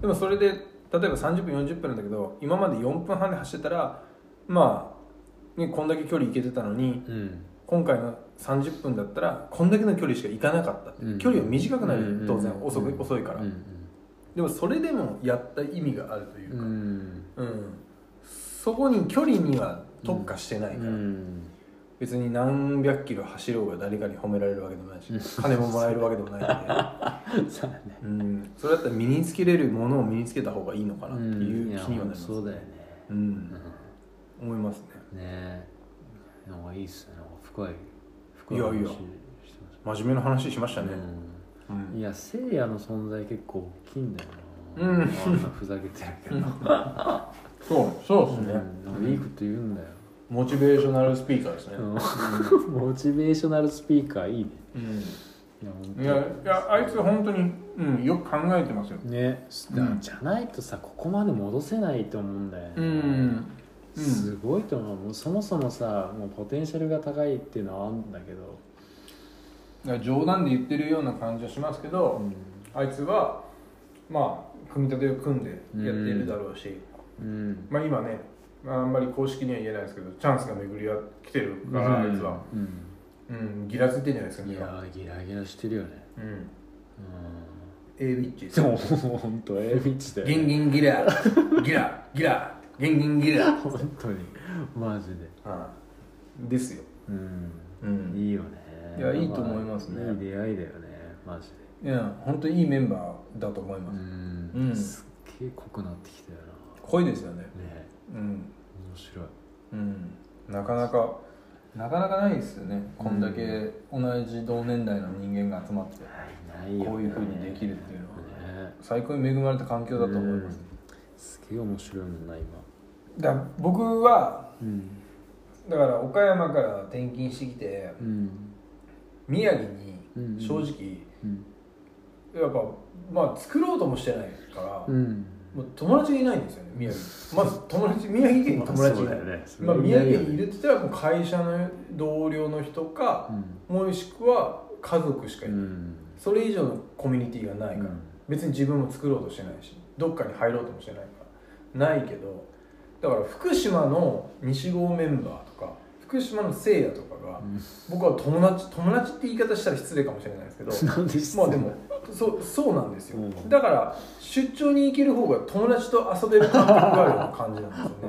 Speaker 1: でもそれで例えば30分40分なんだけど今まで4分半で走ってたらまあ、ね、こんだけ距離いけてたのに
Speaker 2: うんうん
Speaker 1: 今回の30分だったらこんだけの距離しか行かなかったって、
Speaker 2: うん
Speaker 1: 距離は短くなる、
Speaker 2: うん
Speaker 1: 当然
Speaker 2: うん
Speaker 1: 遅く、
Speaker 2: うん
Speaker 1: 遅いから、
Speaker 2: うん
Speaker 1: でもそれでもやった意味があるという
Speaker 2: う
Speaker 1: か、
Speaker 2: ん
Speaker 1: うんそこに距離には特化してないか
Speaker 2: う
Speaker 1: ら、
Speaker 2: ん
Speaker 1: 別に何百キロ走ろうが誰かに褒められるわけでもないし金ももらえるわけでもない
Speaker 2: そうだね
Speaker 1: ので、うん、それだったら身につけれるものを身につけた方がいいのかなっていう気にはなります、
Speaker 2: そうだよね
Speaker 1: うん、思いますね
Speaker 2: うんねえなんかいいっすねなんか深い深
Speaker 1: いやいや
Speaker 2: 話してま
Speaker 1: 真面目な話しました
Speaker 2: す
Speaker 1: ね
Speaker 2: ね、
Speaker 1: う
Speaker 2: うん、
Speaker 1: ん
Speaker 2: いやせいやの存在結構大きいんだよな
Speaker 1: うん
Speaker 2: あんなふざけてるけど
Speaker 1: そうそうですね、
Speaker 2: うん、いいこと言うんだよ、
Speaker 1: モチベーショナルスピーカーですね、
Speaker 2: うんモチベーショナルスピーカーいいね
Speaker 1: うん
Speaker 2: いや本
Speaker 1: いやいやあいつ本当に、うん、よく考えてますよ
Speaker 2: 当にね、
Speaker 1: うん
Speaker 2: じゃないとさここまで戻せないと思うんだよね、
Speaker 1: うん
Speaker 2: すごいと思うもうそもそもさもうポテンシャルが高いっていうのはあるんだけど、
Speaker 1: いや冗談で言ってるような感じはしますけど、あいつはまあ組み立てを組んでやっているだろうし、
Speaker 2: うん
Speaker 1: まあ今ねあんまり公式には言えないですけどチャンスが巡りは来てるから、あいつは、、
Speaker 2: うん
Speaker 1: うん、ギラついてんじゃないですか
Speaker 2: い
Speaker 1: ね
Speaker 2: やーギラギラしてるよね
Speaker 1: うん
Speaker 2: う
Speaker 1: A ビッチで
Speaker 2: ん
Speaker 1: す
Speaker 2: でも 本当エビッチだよ
Speaker 1: ギン
Speaker 2: ね
Speaker 1: ギンギラ ギラギラギンギンギラ、
Speaker 2: 本当にマジで
Speaker 1: うん、ですよ、
Speaker 2: うん
Speaker 1: うん、
Speaker 2: いいよね
Speaker 1: いやいいと思いますね
Speaker 2: いい出会いだよねマジで
Speaker 1: いや本当にいいメンバーだと思いうます、
Speaker 2: ん、
Speaker 1: うん
Speaker 2: すっげえ濃くなってきたよ
Speaker 1: 濃いですよね
Speaker 2: なね
Speaker 1: うん
Speaker 2: 面白い
Speaker 1: うんなかなかなかなかないですよねこんだけ同じ同年代の人間が集まって
Speaker 2: ないよ、ね、
Speaker 1: こういう風にできるっていうの
Speaker 2: はね
Speaker 1: 最高に恵まれた環境だと思います、
Speaker 2: すげえ面白いもんな今
Speaker 1: だから僕は
Speaker 2: うん
Speaker 1: だから岡山から転勤してきて
Speaker 2: うん
Speaker 1: 宮城
Speaker 2: うんうん
Speaker 1: に正直
Speaker 2: うん
Speaker 1: やっぱまあ作ろうともしてないから、
Speaker 2: うん
Speaker 1: もう友達がいないんですよね宮城まず友達宮城県に友達
Speaker 2: そう
Speaker 1: が
Speaker 2: だ
Speaker 1: い
Speaker 2: よ
Speaker 1: ない、
Speaker 2: ね
Speaker 1: まあ、宮城にいるって言ったらもう会社の同僚の人か
Speaker 2: う、ん
Speaker 1: もしくは家族しかいない、
Speaker 2: うん
Speaker 1: それ以上のコミュニティがないから、
Speaker 2: うん
Speaker 1: 別に自分も作ろうとしてないしどっかに入ろうともしてないからないけどだから福島の西郷メンバーとか福島のせいやとかが、
Speaker 2: うん
Speaker 1: 僕は友達友達って言い方したら失礼かもしれない ですけど
Speaker 2: なんで質
Speaker 1: まあ
Speaker 2: 問
Speaker 1: でもそうそうなんですよ、
Speaker 2: うん
Speaker 1: だから出張に行ける方が友達と遊べる感覚があるような感じなんですよね、
Speaker 2: う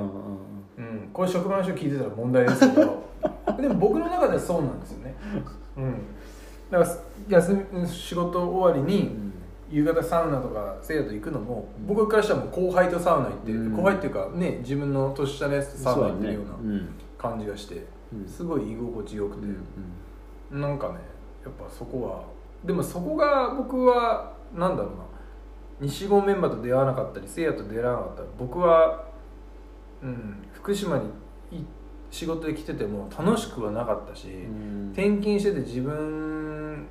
Speaker 2: んうん
Speaker 1: うん、これ職場の人聞いてたら問題ですけどでも僕の中ではそうなんですよね、うん、だから休み仕事終わり
Speaker 2: う
Speaker 1: に
Speaker 2: ん
Speaker 1: 夕方サウナとかせいやと行くのも
Speaker 2: うん
Speaker 1: 僕からしたらもう後輩とサウナ行ってる、
Speaker 2: うん
Speaker 1: 後輩っていうかね自分の年下のやつとサウナ行ってるような
Speaker 2: そうだね
Speaker 1: 感じがして、
Speaker 2: うん
Speaker 1: すごい居心地よく
Speaker 2: う
Speaker 1: て、
Speaker 2: ん
Speaker 1: なんかねやっぱそこはでもそこが僕はなんだろうな西郷メンバーと出会わなかったりせいやと出会わなかったら僕は、うん、福島にい仕事で来てても楽しくはなかったし、
Speaker 2: うん
Speaker 1: 転勤してて自分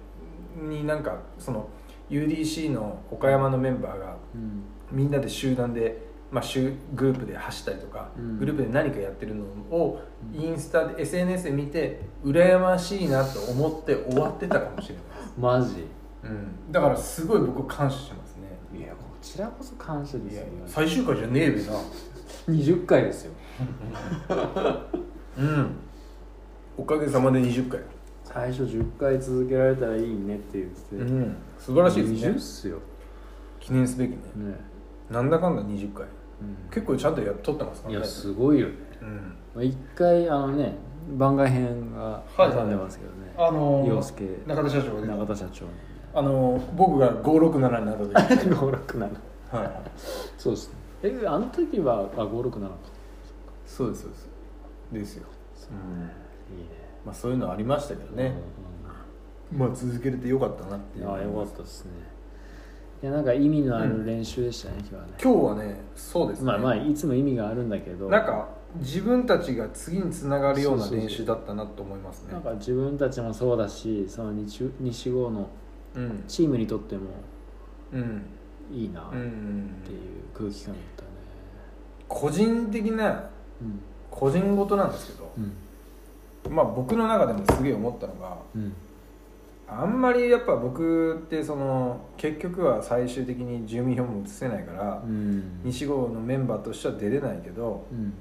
Speaker 1: になんかその UDC の岡山のメンバーが
Speaker 2: うん
Speaker 1: みんなで集団で、まあ、集グループで走ったりとか、
Speaker 2: うん
Speaker 1: グループで何かやってるのをインスタで SNS で見て羨ましいなと思って終わってたかもしれな
Speaker 2: マジ
Speaker 1: い、うん、だからすごい僕感謝してますね
Speaker 2: いやこちらこそ感謝で
Speaker 1: い
Speaker 2: す
Speaker 1: やい
Speaker 2: よ
Speaker 1: や最終回じゃねえべな
Speaker 2: 20回ですよ
Speaker 1: うんおかげさまで20回
Speaker 2: 最初10回続けられたらいいねって言ってて、
Speaker 1: うん素
Speaker 2: 素
Speaker 1: 晴らしいです
Speaker 2: 20
Speaker 1: ね
Speaker 2: っすよ
Speaker 1: 記念すべきね
Speaker 2: ね
Speaker 1: なんだかんだ20回
Speaker 2: う
Speaker 1: 結構ちゃんとやっとってますか
Speaker 2: ん、い
Speaker 1: ら
Speaker 2: や
Speaker 1: ね
Speaker 2: すごいよね
Speaker 1: うん
Speaker 2: まあ一回あのね番外編が挟んでますけどね、
Speaker 1: あのー
Speaker 2: 洋介
Speaker 1: 中田社長が出て
Speaker 2: 永田社長の
Speaker 1: あのー僕が567になった時はい
Speaker 2: 567そうですねえあの時はあ567か
Speaker 1: そうですそうですですよ、うん
Speaker 2: いいね
Speaker 1: まあ、そういうのありましたけどね、まあ続けれてよかったなって
Speaker 2: う
Speaker 1: い
Speaker 2: ん
Speaker 1: う
Speaker 2: あよかったですねいやなんか意味のある練習でしたね、今日はね
Speaker 1: 今日はねそうですね、
Speaker 2: まあまあいつも意味があるんだけど
Speaker 1: なんか自分たちが次につながるような
Speaker 2: そうそうそう
Speaker 1: 練習だったなと思いますね
Speaker 2: なんか自分たちもそうだしその西西郷の
Speaker 1: うん
Speaker 2: チームにとっても
Speaker 1: うん
Speaker 2: いいなっ
Speaker 1: うんうんう
Speaker 2: ていうん空気感だったね
Speaker 1: 個人的な
Speaker 2: うん
Speaker 1: 個人事なんですけど、
Speaker 2: うん
Speaker 1: まあ僕の中でもすげえ思ったのが
Speaker 2: うん
Speaker 1: あんまりやっぱ僕ってその結局は最終的に住民票も移せないから、
Speaker 2: うん
Speaker 1: 西郷のメンバーとしては出れないけど
Speaker 2: うん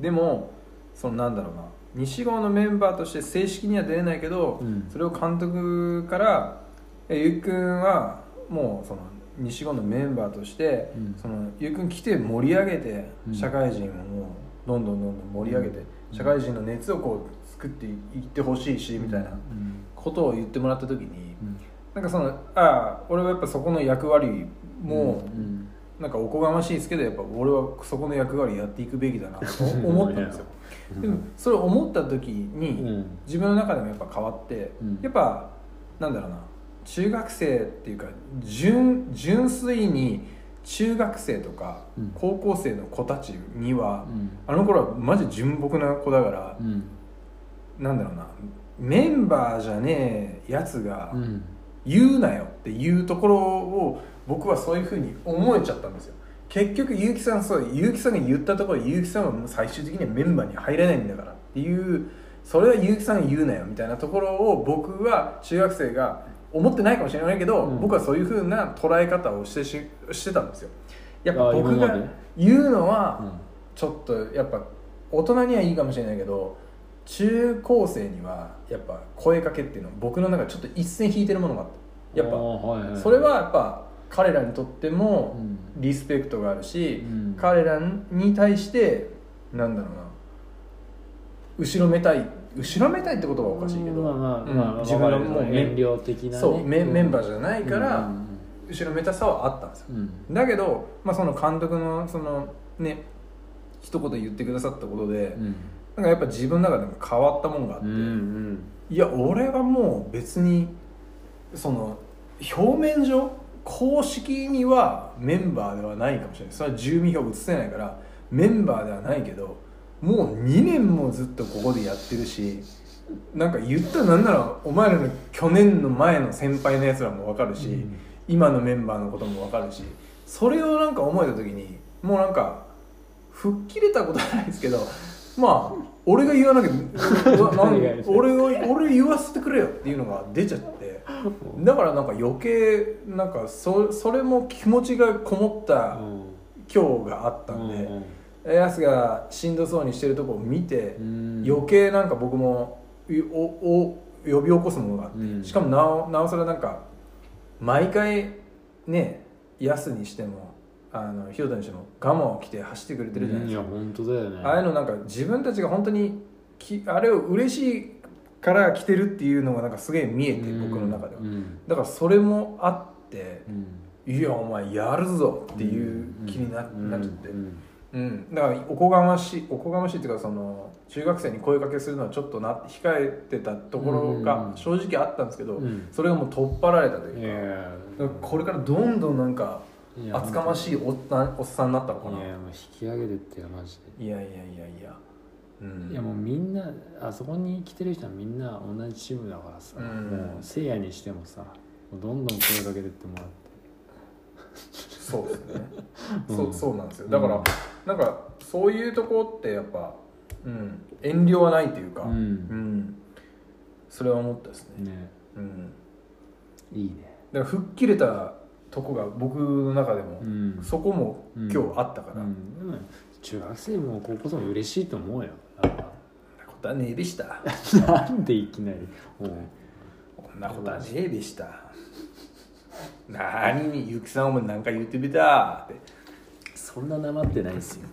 Speaker 1: でもそのなんだろうな西郷のメンバーとして正式には出れないけど、
Speaker 2: うん
Speaker 1: それを監督から「えゆうくんはもうその西郷のメンバーとして、
Speaker 2: うん
Speaker 1: そのゆうくん来て盛り上げて、
Speaker 2: うん
Speaker 1: 社会人をもうどんどんどんどん盛り上げて、
Speaker 2: ん
Speaker 1: 社会人の熱をこう作っていってほしいし」みたいな
Speaker 2: うん
Speaker 1: ことを言ってもらった時に
Speaker 2: うん
Speaker 1: なんかそのああ俺はやっぱそこの役割も、
Speaker 2: うん
Speaker 1: なんかおこがましいですけどやっぱ俺はそこの役割やっていくべきだな と思ったんですよ
Speaker 2: うん
Speaker 1: でもそれ思った時
Speaker 2: う
Speaker 1: に
Speaker 2: ん
Speaker 1: 自分の中でもやっぱ変わって、
Speaker 2: うん
Speaker 1: やっぱなんだろうな中学生っていうか純純粋に中学生とか
Speaker 2: うん
Speaker 1: 高校生の子たちには、
Speaker 2: うん
Speaker 1: あの頃はマジ純朴な子だから
Speaker 2: う、ん
Speaker 1: なんだろうなメンバーじゃねえやつが
Speaker 2: うん
Speaker 1: 言うなよっていうところを僕はそういうふうに思えちゃったんですよ結局結城さんそう結城さんが言ったところで結城さんはもう最終的にはメンバーに入れないんだからっていうそれは結城さんが言うなよみたいなところを僕は中学生が思ってないかもしれないけど、
Speaker 2: うん
Speaker 1: 僕はそういうふうな捉え方をしてししてたんですよやっぱ
Speaker 2: あ
Speaker 1: 僕
Speaker 2: 今ま
Speaker 1: が
Speaker 2: で
Speaker 1: 言うのは、
Speaker 2: うん
Speaker 1: ちょっとやっぱ大人にはいいかもしれないけど中高生にはやっぱ声かけっていうのは僕の中でちょっと一線引いてるものがあってやっ
Speaker 2: あー
Speaker 1: ぱ
Speaker 2: はいいい
Speaker 1: それはやっぱ彼らにとって
Speaker 2: う
Speaker 1: も
Speaker 2: ん
Speaker 1: リスペクトがあるし、
Speaker 2: うん
Speaker 1: 彼らに対してなんだろうな後ろめたい後ろめたいってことはおかしいけど、
Speaker 2: まあまあ
Speaker 1: うん
Speaker 2: まあ
Speaker 1: 自分はもうメ
Speaker 2: 遠
Speaker 1: ン
Speaker 2: 慮的なね
Speaker 1: そうメンメンバー
Speaker 2: じ
Speaker 1: じゃない
Speaker 2: ゃ
Speaker 1: から後ろめたさはあったんですよ
Speaker 2: うん
Speaker 1: だけど、まあ、その監督のそのね一言言ってくださったことで、
Speaker 2: うん
Speaker 1: なんかやっぱ自分の中でも変わったもんがあって、
Speaker 2: うんうん
Speaker 1: いや俺はもう別にその表面上公式にはメンバーではないかもしれないそれは住民票移せないからメンバーではないけどもう2年もずっとここでやってるしなんか言ったらなんならお前らの去年の前の先輩のやつらも分かるし、
Speaker 2: うん
Speaker 1: 今のメンバーのことも分かるしそれをなんか思えた時にもうなんか吹っ切れたことはないですけどまあ俺が言わなきゃななん
Speaker 2: 言う
Speaker 1: 俺を俺言わせてくれよっていうのが出ちゃってだからなんか余計なんかそそれも気持ちがこもった今日があったんでやすがしんどそうにしてるとこを見て
Speaker 2: うん
Speaker 1: 余計なんか僕もいおお呼び起こすものがあって、
Speaker 2: うん
Speaker 1: しかもなおなおさらなんか毎回ねやすにしてもあのひろたにしても我慢を着て走ってくれてるじゃない
Speaker 2: うん
Speaker 1: で
Speaker 2: い
Speaker 1: す
Speaker 2: や
Speaker 1: か、
Speaker 2: 本当だよね
Speaker 1: ああいうのなんか自分たちが本当にきあれを嬉しいから来てるっていうのがなんかすげえ見えて
Speaker 2: うん
Speaker 1: 僕の中では
Speaker 2: うん
Speaker 1: だからそれもあって
Speaker 2: うん
Speaker 1: いやお前やるぞっていう気にな,、
Speaker 2: うん
Speaker 1: なっちゃって
Speaker 2: うん
Speaker 1: うん、だからおこがましいおこがましいっていうかその中学生に声かけするのはちょっとな控えてたところ
Speaker 2: うんうん
Speaker 1: が
Speaker 2: うん
Speaker 1: 正直あったんですけど、
Speaker 2: うん
Speaker 1: それがもう取っ払われたという
Speaker 2: い
Speaker 1: か,、
Speaker 2: や
Speaker 1: これからどんどんなんか
Speaker 2: いや
Speaker 1: 厚かましいおっさんおっさんになったのかない
Speaker 2: やもう引き上げてってよマジ
Speaker 1: いやいやいやいやうん
Speaker 2: でいやもうみんなあそこに来てる人はみんな同じチームだからさ
Speaker 1: うん
Speaker 2: もうせいやにしてもさもうどんどん声かけてってもらって
Speaker 1: そうです ね、
Speaker 2: うん
Speaker 1: そうそうなんですよだから、
Speaker 2: うん
Speaker 1: なんかそういうとこってやっぱ、うん、遠慮はないというか、
Speaker 2: う
Speaker 1: うんんそれは思ったですね、
Speaker 2: ね
Speaker 1: うん、
Speaker 2: いいね
Speaker 1: だから吹っ切れたとこが僕の中でも、
Speaker 2: うん
Speaker 1: そこも今日あったから、、
Speaker 2: うんんでも中学生も高校生も嬉しいと思うよなんか
Speaker 1: なことはねえでした
Speaker 2: なんでいきなりおう
Speaker 1: こんなことはねえでしたなーにゆきさんお前なんか言ってみたってそ
Speaker 2: そんななまってないですよ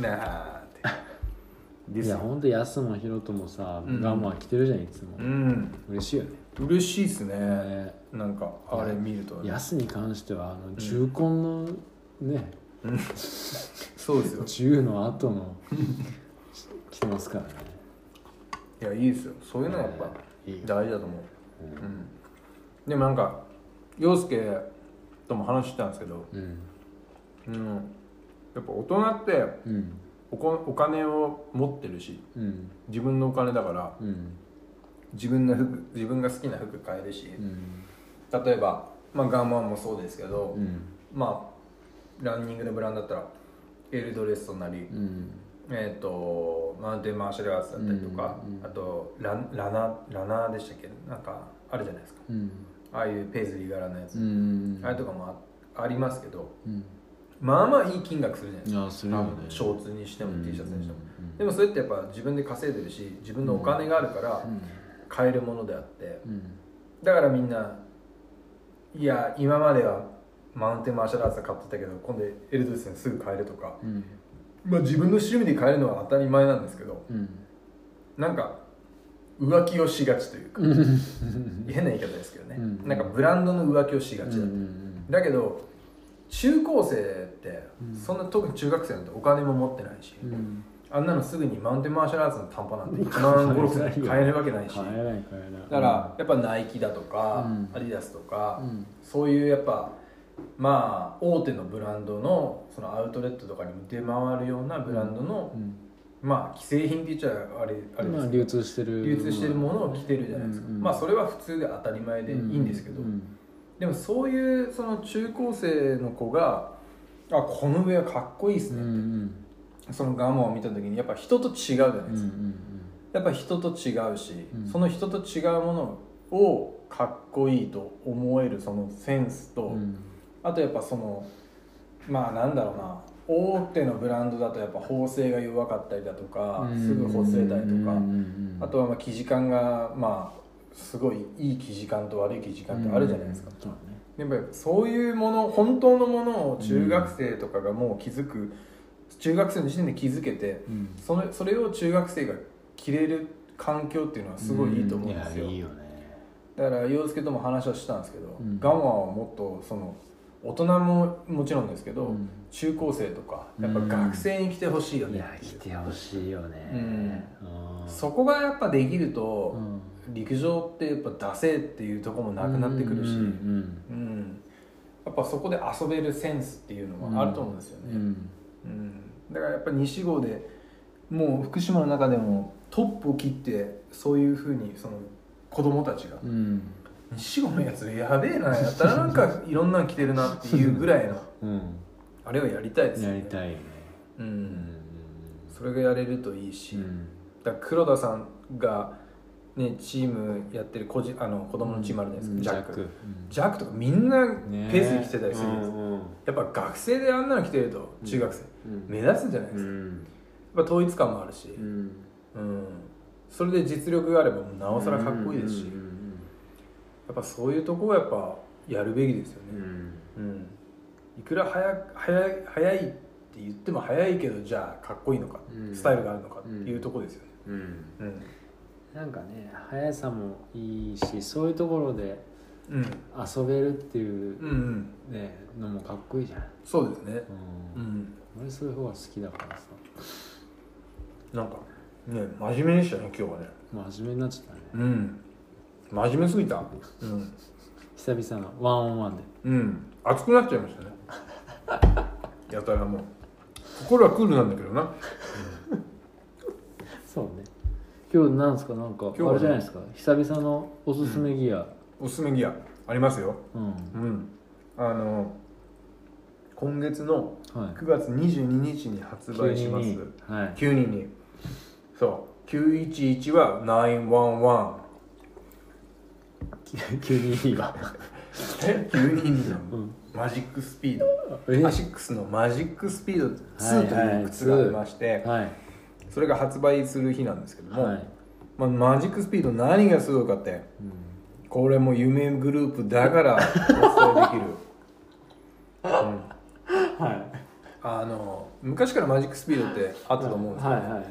Speaker 1: なあって で
Speaker 2: い
Speaker 1: す
Speaker 2: や
Speaker 1: よ
Speaker 2: ほんと安もひろともさ
Speaker 1: うん
Speaker 2: ガンマ来てるじゃんいつも
Speaker 1: うん
Speaker 2: 嬉しいよね
Speaker 1: 嬉しいっすね、
Speaker 2: ね
Speaker 1: なんかあれ見るとね
Speaker 2: 安に関してはあの重婚のね
Speaker 1: そうですよ
Speaker 2: 銃の後の来てますからね
Speaker 1: いやいいですよそういうのがやっぱ
Speaker 2: いい
Speaker 1: 大事だと思う、うん、でもなんか陽介とも話してたんですけど、
Speaker 2: うん
Speaker 1: うん、やっぱ大人って
Speaker 2: うん
Speaker 1: おこお金を持ってるし
Speaker 2: うん
Speaker 1: 自分のお金だから
Speaker 2: うん
Speaker 1: 自分の服自分が好きな服買えるし
Speaker 2: うん
Speaker 1: 例えばまあガンマンもそうですけど、
Speaker 2: うん
Speaker 1: まあランニングのブランドだったらエルドレストなり、
Speaker 2: うん
Speaker 1: えー、とマウンテンマーシャルアーツだったりとか、
Speaker 2: うんうん
Speaker 1: あとランラナラナーでしたっけなんかあるじゃないですか
Speaker 2: うん
Speaker 1: ああいうペイズリー柄のやつ、
Speaker 2: うん
Speaker 1: あれとかもあありますけど
Speaker 2: うん
Speaker 1: まあまあいい金額するじゃない
Speaker 2: い
Speaker 1: ですか
Speaker 2: やするよね
Speaker 1: ショーツにしても T シャツにしても、
Speaker 2: うんうん
Speaker 1: でもそれってやっぱ自分で稼いでるし自分のお金があるから買えるものであって
Speaker 2: うん
Speaker 1: だからみんないや今まではマウンテンマーシャルアーツ買ってたけど今度エルドレスにすぐ買えるとか、
Speaker 2: うん
Speaker 1: まあ、自分の趣味で買えるのは当たり前なんですけど
Speaker 2: うん
Speaker 1: なんか浮気をしがちというか変な言い方ですけどね、
Speaker 2: うん
Speaker 1: なんかブランドの浮気をしがちだ,、
Speaker 2: うん
Speaker 1: だけど中高生って
Speaker 2: うん
Speaker 1: そんな特に中学生なんてお金も持ってないし、
Speaker 2: うん
Speaker 1: あんなのすぐにマウンテンマーシャルアーツの短パなんて1万5 6千円買えるわけないし
Speaker 2: 買えない買えない
Speaker 1: だからやっぱナイキだとか、
Speaker 2: うん
Speaker 1: アディダスとか、
Speaker 2: うん
Speaker 1: そういうやっぱまあ大手のブランドのそのアウトレットとかにも出回るようなブランドの、
Speaker 2: うん
Speaker 1: まあ既製品って言っちゃあれあれで
Speaker 2: ますあ
Speaker 1: けど
Speaker 2: 流通してる
Speaker 1: 流通してるものを着てるじゃないですか、
Speaker 2: うんうん
Speaker 1: まあそれは普通で当たり前でいいんですけど、
Speaker 2: うん
Speaker 1: でもそういうその中高生の子があこの上はかっこいいです
Speaker 2: うんう
Speaker 1: ね、
Speaker 2: ん
Speaker 1: そのガモを見た時にやっぱ人と違うじゃない
Speaker 2: うん
Speaker 1: で
Speaker 2: う
Speaker 1: すか、
Speaker 2: ん
Speaker 1: やっぱ人と違うし、
Speaker 2: うん
Speaker 1: その人と違うものをかっこいいと思えるそのセンスと、
Speaker 2: うんうん
Speaker 1: あとやっぱそのまあなんだろうな大手のブランドだとやっぱ縫製が弱かったりだとか、すぐほつれたりとか、あとはまあ生地感がまあすごいいい生地感と悪い生地感ってあるじゃないですか、
Speaker 2: そうだね
Speaker 1: でもやっぱそういうもの本当のものを中学生とかがもう気づく、中学生の時点で気づけて
Speaker 2: うん
Speaker 1: そのそれを中学生が着れる環境っていうのはすごいいいと思うんですよ、
Speaker 2: いやいいよね
Speaker 1: だから洋介とも話はしたんですけど、
Speaker 2: うん
Speaker 1: ガンマはもっとその大人ももちろんですけど、
Speaker 2: うん
Speaker 1: 中高生とかやっぱ学生に来てほしいよ
Speaker 2: い
Speaker 1: ね
Speaker 2: や
Speaker 1: ってい
Speaker 2: 来
Speaker 1: う
Speaker 2: てほしいよねうん
Speaker 1: そこがやっぱできると、
Speaker 2: うん
Speaker 1: 陸上ってやっぱ出せっていうところもなくなってくるし、う
Speaker 2: うんん
Speaker 1: やっぱそこで遊べるセンスっていうのもあると思うんですよ
Speaker 2: うん
Speaker 1: ね、うんだからやっぱ西郷でもう福島の中でもトップを切ってそういうふうにその子供たちが
Speaker 2: うんうん
Speaker 1: 西郷のやつやべえなやったらなん かいろんなん着てるなっていうぐらいの
Speaker 2: うん
Speaker 1: あれをやりたいですよ
Speaker 2: や
Speaker 1: ね
Speaker 2: りたいよね
Speaker 1: う
Speaker 2: うん
Speaker 1: んそれがやれるといいし、
Speaker 2: うん
Speaker 1: だから黒田さんが、ね、チームやってる個人あの子供のチームあるじゃないですか、ジャック
Speaker 2: うん
Speaker 1: ジャックとかみんな
Speaker 2: ね
Speaker 1: ペースに来てたりするんです、
Speaker 2: うんうん
Speaker 1: やっぱ学生であんなの着てると中学生、
Speaker 2: うん
Speaker 1: 目立つんじゃないですか、やっぱ統一感もあるし、うん
Speaker 2: ん
Speaker 1: それで実力があればなおさらかっこいいですし、
Speaker 2: うん
Speaker 1: やっぱそういうとこはやっぱやるべきですよ
Speaker 2: うんう
Speaker 1: ね、
Speaker 2: ん
Speaker 1: うんいくら早く早い早いって言っても早いけどじゃあかっこいいのか、
Speaker 2: うん
Speaker 1: スタイルがあるのかっていうとこですよね、
Speaker 2: うんうん
Speaker 1: うん
Speaker 2: なんかね速さもいいしそういうところで
Speaker 1: うん
Speaker 2: 遊べるっていう
Speaker 1: うんうん
Speaker 2: ねのもかっこいいじゃん、
Speaker 1: そうですね
Speaker 2: う、
Speaker 1: うんん
Speaker 2: 俺そういう方が好きだからさ
Speaker 1: なんかね真面目でしたね今日はね
Speaker 2: 真面目になっちゃった
Speaker 1: う
Speaker 2: ね、
Speaker 1: ん真面目すぎたうん
Speaker 2: 久々のワンオンワンで
Speaker 1: うん熱くなっちゃいましたね やたらもう心はクールなんだけどな
Speaker 2: そうね今日なんですかなんか
Speaker 1: 日はね
Speaker 2: あれじゃないですか久々のおすすめギア
Speaker 1: おすすめギアありますよ
Speaker 2: うん、
Speaker 1: うんあの今月の
Speaker 2: はい
Speaker 1: 9月22日に発売します
Speaker 2: 922はい
Speaker 1: 922そう911は911
Speaker 2: 急にいいわ
Speaker 1: え922なの
Speaker 2: うん
Speaker 1: マジックスピード
Speaker 2: え
Speaker 1: アシックスのマジックスピード2という靴がありまして、
Speaker 2: はい
Speaker 1: それが発売する日なんですけども、
Speaker 2: はい
Speaker 1: まあ、マジックスピード何がすごいかってこれもう夢グループだからお伝えできる、
Speaker 2: はい
Speaker 1: あの昔からマジックスピードってあったと思うんですけど、
Speaker 2: はいはいはい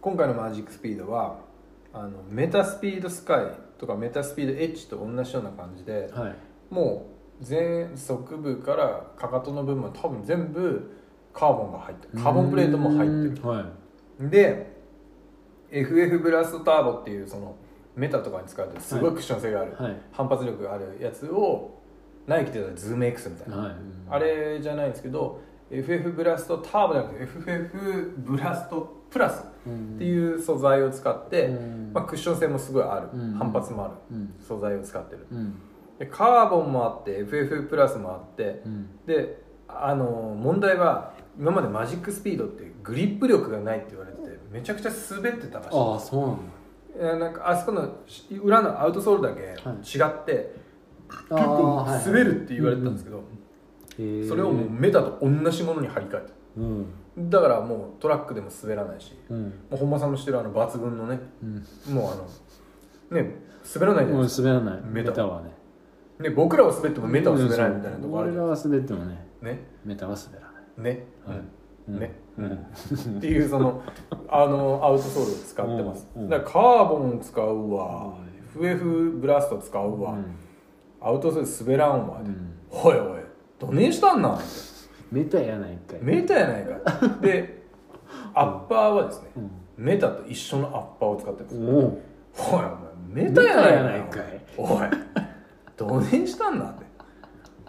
Speaker 1: 今回のマジックスピードはあのメタスピードスカイとかメタスピードエッジと同じような感じで
Speaker 2: はい
Speaker 1: もう全側部からかかとの部分は多分全部カーボンが入ってるカーボンプレートも入ってる
Speaker 2: るはい
Speaker 1: で FF ブラストターボっていうそのメタとかに使うとすごいクッション性がある、
Speaker 2: はい
Speaker 1: 反発力があるやつをナイキって言ったらズーム X みたいな、
Speaker 2: はい
Speaker 1: あれじゃないんですけど FF ブラストターボじゃなくて FF ブラストプラスって
Speaker 2: う
Speaker 1: いう素材を使って、
Speaker 2: うん
Speaker 1: まあ、クッション性もすごいある、
Speaker 2: うん
Speaker 1: 反発もある
Speaker 2: うん
Speaker 1: 素材を使ってる
Speaker 2: うん
Speaker 1: でカーボンもあって FF プラスもあって
Speaker 2: うん
Speaker 1: であの問題は今までマジックスピードってグリップ力がないって言われててめちゃくちゃ滑ってたらしい
Speaker 2: ああそうなんだ
Speaker 1: えーなんかあそこのし裏のアウトソールだけ違って、
Speaker 2: 結
Speaker 1: 結構滑るって言われてたんですけど、それをもうメタと同じものに張り替えた
Speaker 2: うん
Speaker 1: だからもうトラックでも滑らないし
Speaker 2: うん
Speaker 1: もう本間さんのしてるあの抜群のね
Speaker 2: うん
Speaker 1: もうあのね滑らないじゃない
Speaker 2: もう
Speaker 1: です
Speaker 2: 滑らない
Speaker 1: メ
Speaker 2: メ
Speaker 1: タ
Speaker 2: タはね
Speaker 1: か、ね、僕らは滑ってもメタは滑らないみたいなとこある
Speaker 2: 俺
Speaker 1: じゃ
Speaker 2: ら
Speaker 1: ないで
Speaker 2: は滑ってもね
Speaker 1: すかね
Speaker 2: メタは滑らない
Speaker 1: ね、
Speaker 2: はい
Speaker 1: うんね
Speaker 2: うん
Speaker 1: うん っていうそのあのアウトソールを使ってます、
Speaker 2: うんうん
Speaker 1: だからカーボン使うわ、FF ブラスト使うわ、
Speaker 2: うん
Speaker 1: アウトソール滑らんわ、
Speaker 2: うん
Speaker 1: おいおいどねえしたんなん
Speaker 2: メタやないかい
Speaker 1: メタやないかでアッパーはですね
Speaker 2: うん
Speaker 1: メタと一緒のアッパーを使ってます
Speaker 2: お
Speaker 1: おい
Speaker 2: お
Speaker 1: お前メタやないか
Speaker 2: メタやないかい
Speaker 1: おいどねんしたんだって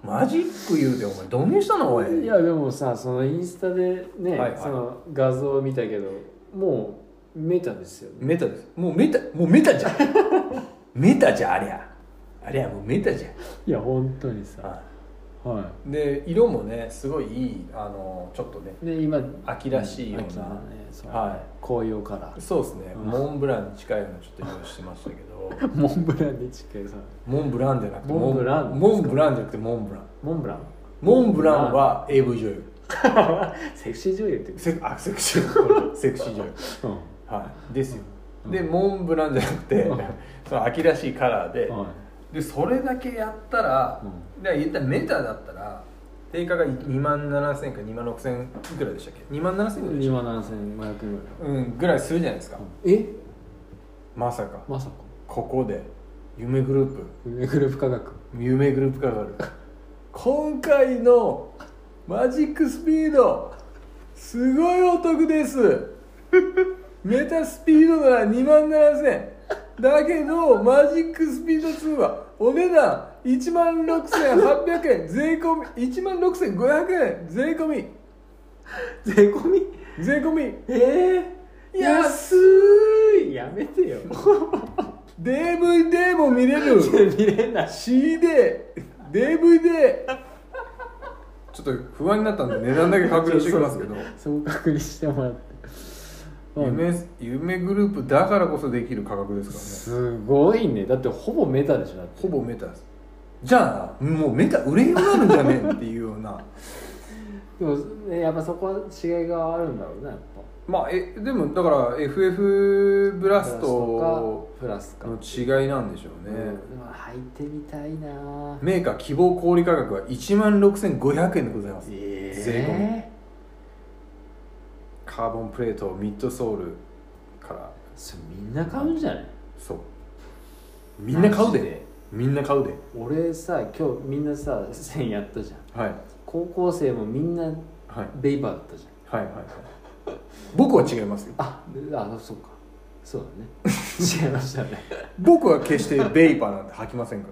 Speaker 1: マジック言うてお前どねんしたのおい
Speaker 2: いやでもさそのインスタでね、
Speaker 1: はいはい
Speaker 2: その画像を見たけどもうメタですよね
Speaker 1: メタですもうメタもうメタ じゃんメタじゃんありゃありゃもうメタじ
Speaker 2: いや本当にさ
Speaker 1: ゃん、は、
Speaker 2: はい
Speaker 1: で色もねすごいいいあのちょっとね
Speaker 2: いで今
Speaker 1: 秋らしいような
Speaker 2: 秋だねそう
Speaker 1: は
Speaker 2: 紅葉から
Speaker 1: そうですね、
Speaker 2: うん
Speaker 1: モンブランに近いのちょっと用意してましたけ ど
Speaker 2: モンブランに近いさ
Speaker 1: モンブランじゃなくて
Speaker 2: モンブラン
Speaker 1: モンブランじゃなくてモンブラン
Speaker 2: モ ンブラン
Speaker 1: モンブランは AV 女優
Speaker 2: セクシー女優って
Speaker 1: セクあセクシ ーセクシー女優
Speaker 2: うん
Speaker 1: はいですよ
Speaker 2: うん
Speaker 1: でモンブランじゃなくて
Speaker 2: うん
Speaker 1: その秋らしいカラーで
Speaker 2: は
Speaker 1: でそれだけやったら
Speaker 2: う
Speaker 1: で言ったらメタだったら定価が2万7000円か2万6000いくらでしたっけ2万7000
Speaker 2: い
Speaker 1: 円ぐらいでし
Speaker 2: 2万7500円ぐ
Speaker 1: たうんぐらいするじゃないですから
Speaker 2: いえ
Speaker 1: まさか
Speaker 2: まさか
Speaker 1: ここで夢グループ
Speaker 2: グループ価格
Speaker 1: 夢グループかかる今回のマジックスピードすごいお得ですメタスピードなら2万7000円だけどマジックスピード2はお値段1万6800円税込み1万6500円税込み
Speaker 2: 税込み
Speaker 1: 税込み
Speaker 2: ええ
Speaker 1: 安
Speaker 2: いやめてよ
Speaker 1: DVD も見れる
Speaker 2: 見れ ない
Speaker 1: CD、DVD ちょっと不安になったんで値段だけ確認してきますけど
Speaker 2: そこ確認してもらって
Speaker 1: 夢夢グループだからこそできる価格ですからね
Speaker 2: すごいねだってほぼメタでしょだって
Speaker 1: ほぼメタですじゃあもうメタ売れんようになるんじゃねえっていうような
Speaker 2: でもねやっぱそこは違いがあるんだろうねやっぱ
Speaker 1: まあえでもだから FF ブラスト
Speaker 2: プラスかプラスか
Speaker 1: の違いなんでしょうね、
Speaker 2: うん、まあ履いてみたいなぁ
Speaker 1: メーカー希望小売価格は1万6500円でございます
Speaker 2: え
Speaker 1: 税込カーボンプレートミッドソールから
Speaker 2: それみんな買うんじゃない
Speaker 1: そうみんな買う
Speaker 2: マジ
Speaker 1: でみんな買うで
Speaker 2: 俺さ今日みんなさ1000やったじゃん
Speaker 1: はい
Speaker 2: 高校生もみんな
Speaker 1: はい
Speaker 2: ベイバーだったじゃん
Speaker 1: はいはいはい 僕は違いますよ
Speaker 2: あであそうかそうだ ね違いましたね
Speaker 1: 僕は決してベイパーなんて吐きませんか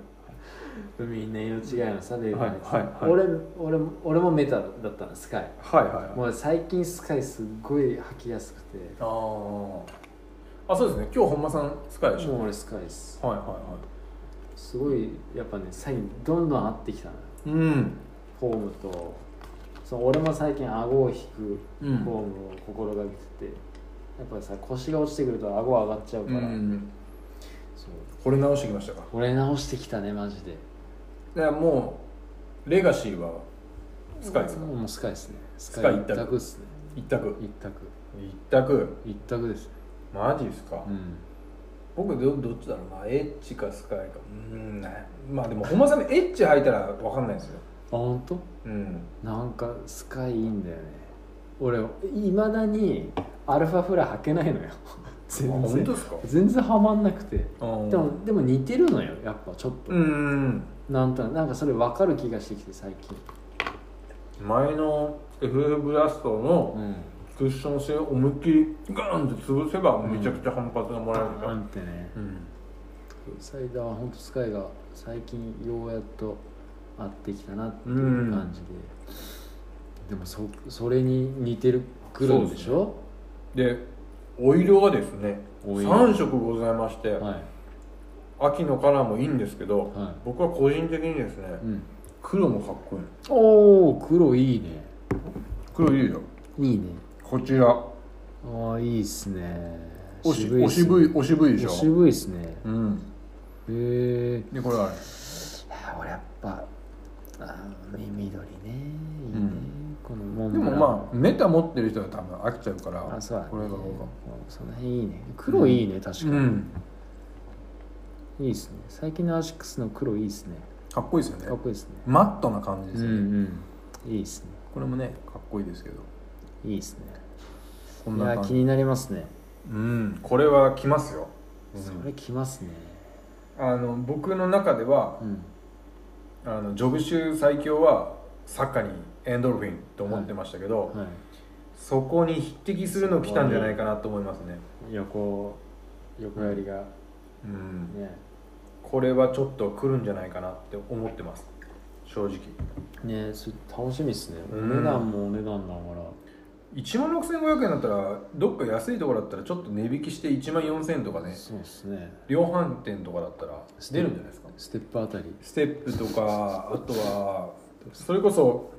Speaker 2: みんな色違いのさベイバーで
Speaker 1: はいはいはい
Speaker 2: 俺俺も俺もメタだったのスカイ
Speaker 1: らはいはいはい
Speaker 2: もう最近スカイすっごい履きやすくて
Speaker 1: あああそうですね今日本間さん使うでしょ
Speaker 2: もう俺スカイです
Speaker 1: はいはいは
Speaker 2: すごいやっぱねサインどんどん合ってきたのよ
Speaker 1: いうん
Speaker 2: フォームとその俺も最近顎を引くフ
Speaker 1: う
Speaker 2: ォー
Speaker 1: ん
Speaker 2: ムを心がけてて、やっぱさ腰が落ちてくると顎上がっちゃう
Speaker 1: う
Speaker 2: から、
Speaker 1: ん
Speaker 2: そう
Speaker 1: これ直してきましたか
Speaker 2: これ直してきたねマジで
Speaker 1: だからもうレガシーはスカイですか
Speaker 2: もうスカイですねス
Speaker 1: カ
Speaker 2: カ
Speaker 1: イ
Speaker 2: イ
Speaker 1: 一
Speaker 2: 一
Speaker 1: 択
Speaker 2: 択ですね
Speaker 1: 一択
Speaker 2: 一択
Speaker 1: 一択
Speaker 2: 一択ですね
Speaker 1: マジですか
Speaker 2: うん
Speaker 1: 僕どどっちだろうなエッチかスカイかうんねまあでも本間さんもエッチ履いたら分かんないですよ
Speaker 2: あ本当
Speaker 1: うん
Speaker 2: なんかスカイいいんだよね俺いまだにアルファフラ履けないのよ 全
Speaker 1: あ本当
Speaker 2: 然
Speaker 1: ですか
Speaker 2: 全然はまんなくて
Speaker 1: あー
Speaker 2: でもでも似てるのよやっぱちょっと、
Speaker 1: うんうん
Speaker 2: なんとなくなんかそれ分かる気がしてきて最近
Speaker 1: うん前の FF ブラスト
Speaker 2: う
Speaker 1: の
Speaker 2: ん
Speaker 1: クッション性を思いっきりガーンって潰せばめちゃくちゃ反発がもらえるか
Speaker 2: な
Speaker 1: ら
Speaker 2: んてね
Speaker 1: うん
Speaker 2: サイダーは本当使いが最近ようやっと合ってきたなっていう感じで、でもそそれに似てるくるんでしょ
Speaker 1: でお色がですね
Speaker 2: お色
Speaker 1: 3色ございまして、
Speaker 2: はい
Speaker 1: 秋のカラーもいいんですけど、
Speaker 2: はい
Speaker 1: 僕は個人的にですね、
Speaker 2: うん、
Speaker 1: 黒もかっこいい
Speaker 2: おお黒いいね
Speaker 1: 黒いいよ
Speaker 2: いいね
Speaker 1: こちら
Speaker 2: ああいいっすね
Speaker 1: おし
Speaker 2: っ
Speaker 1: お
Speaker 2: すね
Speaker 1: 渋いお渋いでし
Speaker 2: お
Speaker 1: ょ
Speaker 2: 渋いっすね
Speaker 1: うん
Speaker 2: へえ
Speaker 1: でこれはね
Speaker 2: 俺やっぱあーみ緑ねいいね、
Speaker 1: うん
Speaker 2: このモン
Speaker 1: で
Speaker 2: ブラン
Speaker 1: もまあメタ持ってる人は多分飽きちゃうから
Speaker 2: あそうだ、ね、
Speaker 1: これがどうか
Speaker 2: その辺いいね黒いいね、確か
Speaker 1: う
Speaker 2: に、
Speaker 1: ん
Speaker 2: いいですね最近のアシックスの黒いいですね
Speaker 1: かっこいいです
Speaker 2: か
Speaker 1: よ
Speaker 2: っ
Speaker 1: ね
Speaker 2: こいいですね
Speaker 1: マットな感じですよね、
Speaker 2: うんいいですね
Speaker 1: これもねかっこいいですけど
Speaker 2: いいですね
Speaker 1: こん
Speaker 2: い
Speaker 1: な
Speaker 2: や
Speaker 1: 感
Speaker 2: 気
Speaker 1: じ
Speaker 2: になりますね、
Speaker 1: うんこれはきますよ、
Speaker 2: それきますね
Speaker 1: あの僕の中では
Speaker 2: うん
Speaker 1: あのジョブ集最強はサッカーにエンドルフィンと思ってましたけど、
Speaker 2: は
Speaker 1: そこに匹敵するの来たんじゃないかなと思いますね、
Speaker 2: い横横やりが
Speaker 1: うん、
Speaker 2: ね
Speaker 1: これはちょっと来るんじゃないかなって思ってます正直
Speaker 2: ねそれ楽しみですねお
Speaker 1: うん
Speaker 2: 値段もお値段だから
Speaker 1: 1万6500円だったらどっか安いところだったらちょっと値引きして1万4000円とかね
Speaker 2: そうですね
Speaker 1: 量販店とかだったら出るんじゃないですか
Speaker 2: ステップあたり
Speaker 1: ステップとかあとはそれこそ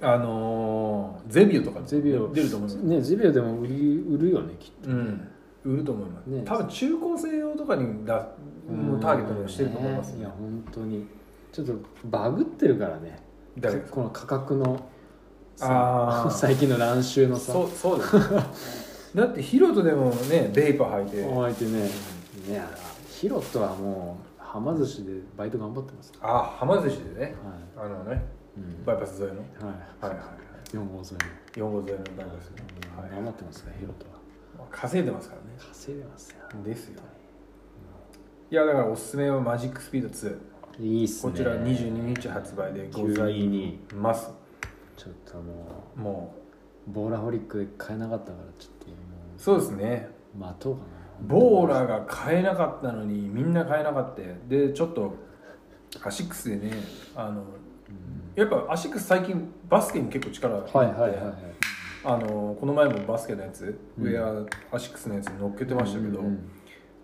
Speaker 1: あのーゼビオとか
Speaker 2: ゼビオ
Speaker 1: 出ると思います
Speaker 2: ねゼビオでも売り売るよねきっと
Speaker 1: うん売ると思います、
Speaker 2: ね
Speaker 1: 多分中高生用とかにだもうターゲットにしてると思います
Speaker 2: ねい
Speaker 1: ね
Speaker 2: や本当にちょっとバグってるからね
Speaker 1: 誰ですか
Speaker 2: この価格の
Speaker 1: あ
Speaker 2: さ
Speaker 1: ー
Speaker 2: 最近の乱収のさ
Speaker 1: そうそうです だってヒロトでもねベイパー履いて
Speaker 2: お相手ねいやヒロトはもうはま寿司でバイト頑張ってますか
Speaker 1: あはま寿司でね
Speaker 2: らはい、
Speaker 1: あのね
Speaker 2: うん
Speaker 1: バイパス沿いの
Speaker 2: はい、
Speaker 1: はいはいはい
Speaker 2: 4号沿い
Speaker 1: 4号沿いのバイパス
Speaker 2: の、
Speaker 1: はい
Speaker 2: 頑張ってますねヒロトは
Speaker 1: まあ稼いでますからね
Speaker 2: 稼いでますよ
Speaker 1: ですよいやだからおすすめはマジックスピード2
Speaker 2: いいっす
Speaker 1: こ
Speaker 2: ね
Speaker 1: ちら22日発売でござい
Speaker 2: 922
Speaker 1: ます
Speaker 2: ちょっとも
Speaker 1: も
Speaker 2: うボーラホリックで買えなかったからちょっとも
Speaker 1: うそうですね
Speaker 2: う待とうかな
Speaker 1: ボーラが買えなかったのにみんな買えなかったでちょっとアシックスでねあのやっぱアシックス最近バスケに結構力が
Speaker 2: はいはいはいはい
Speaker 1: あのこの前もバスケのやつ、
Speaker 2: うん
Speaker 1: ウェアアシックスのやつに乗っけてましたけど、
Speaker 2: うん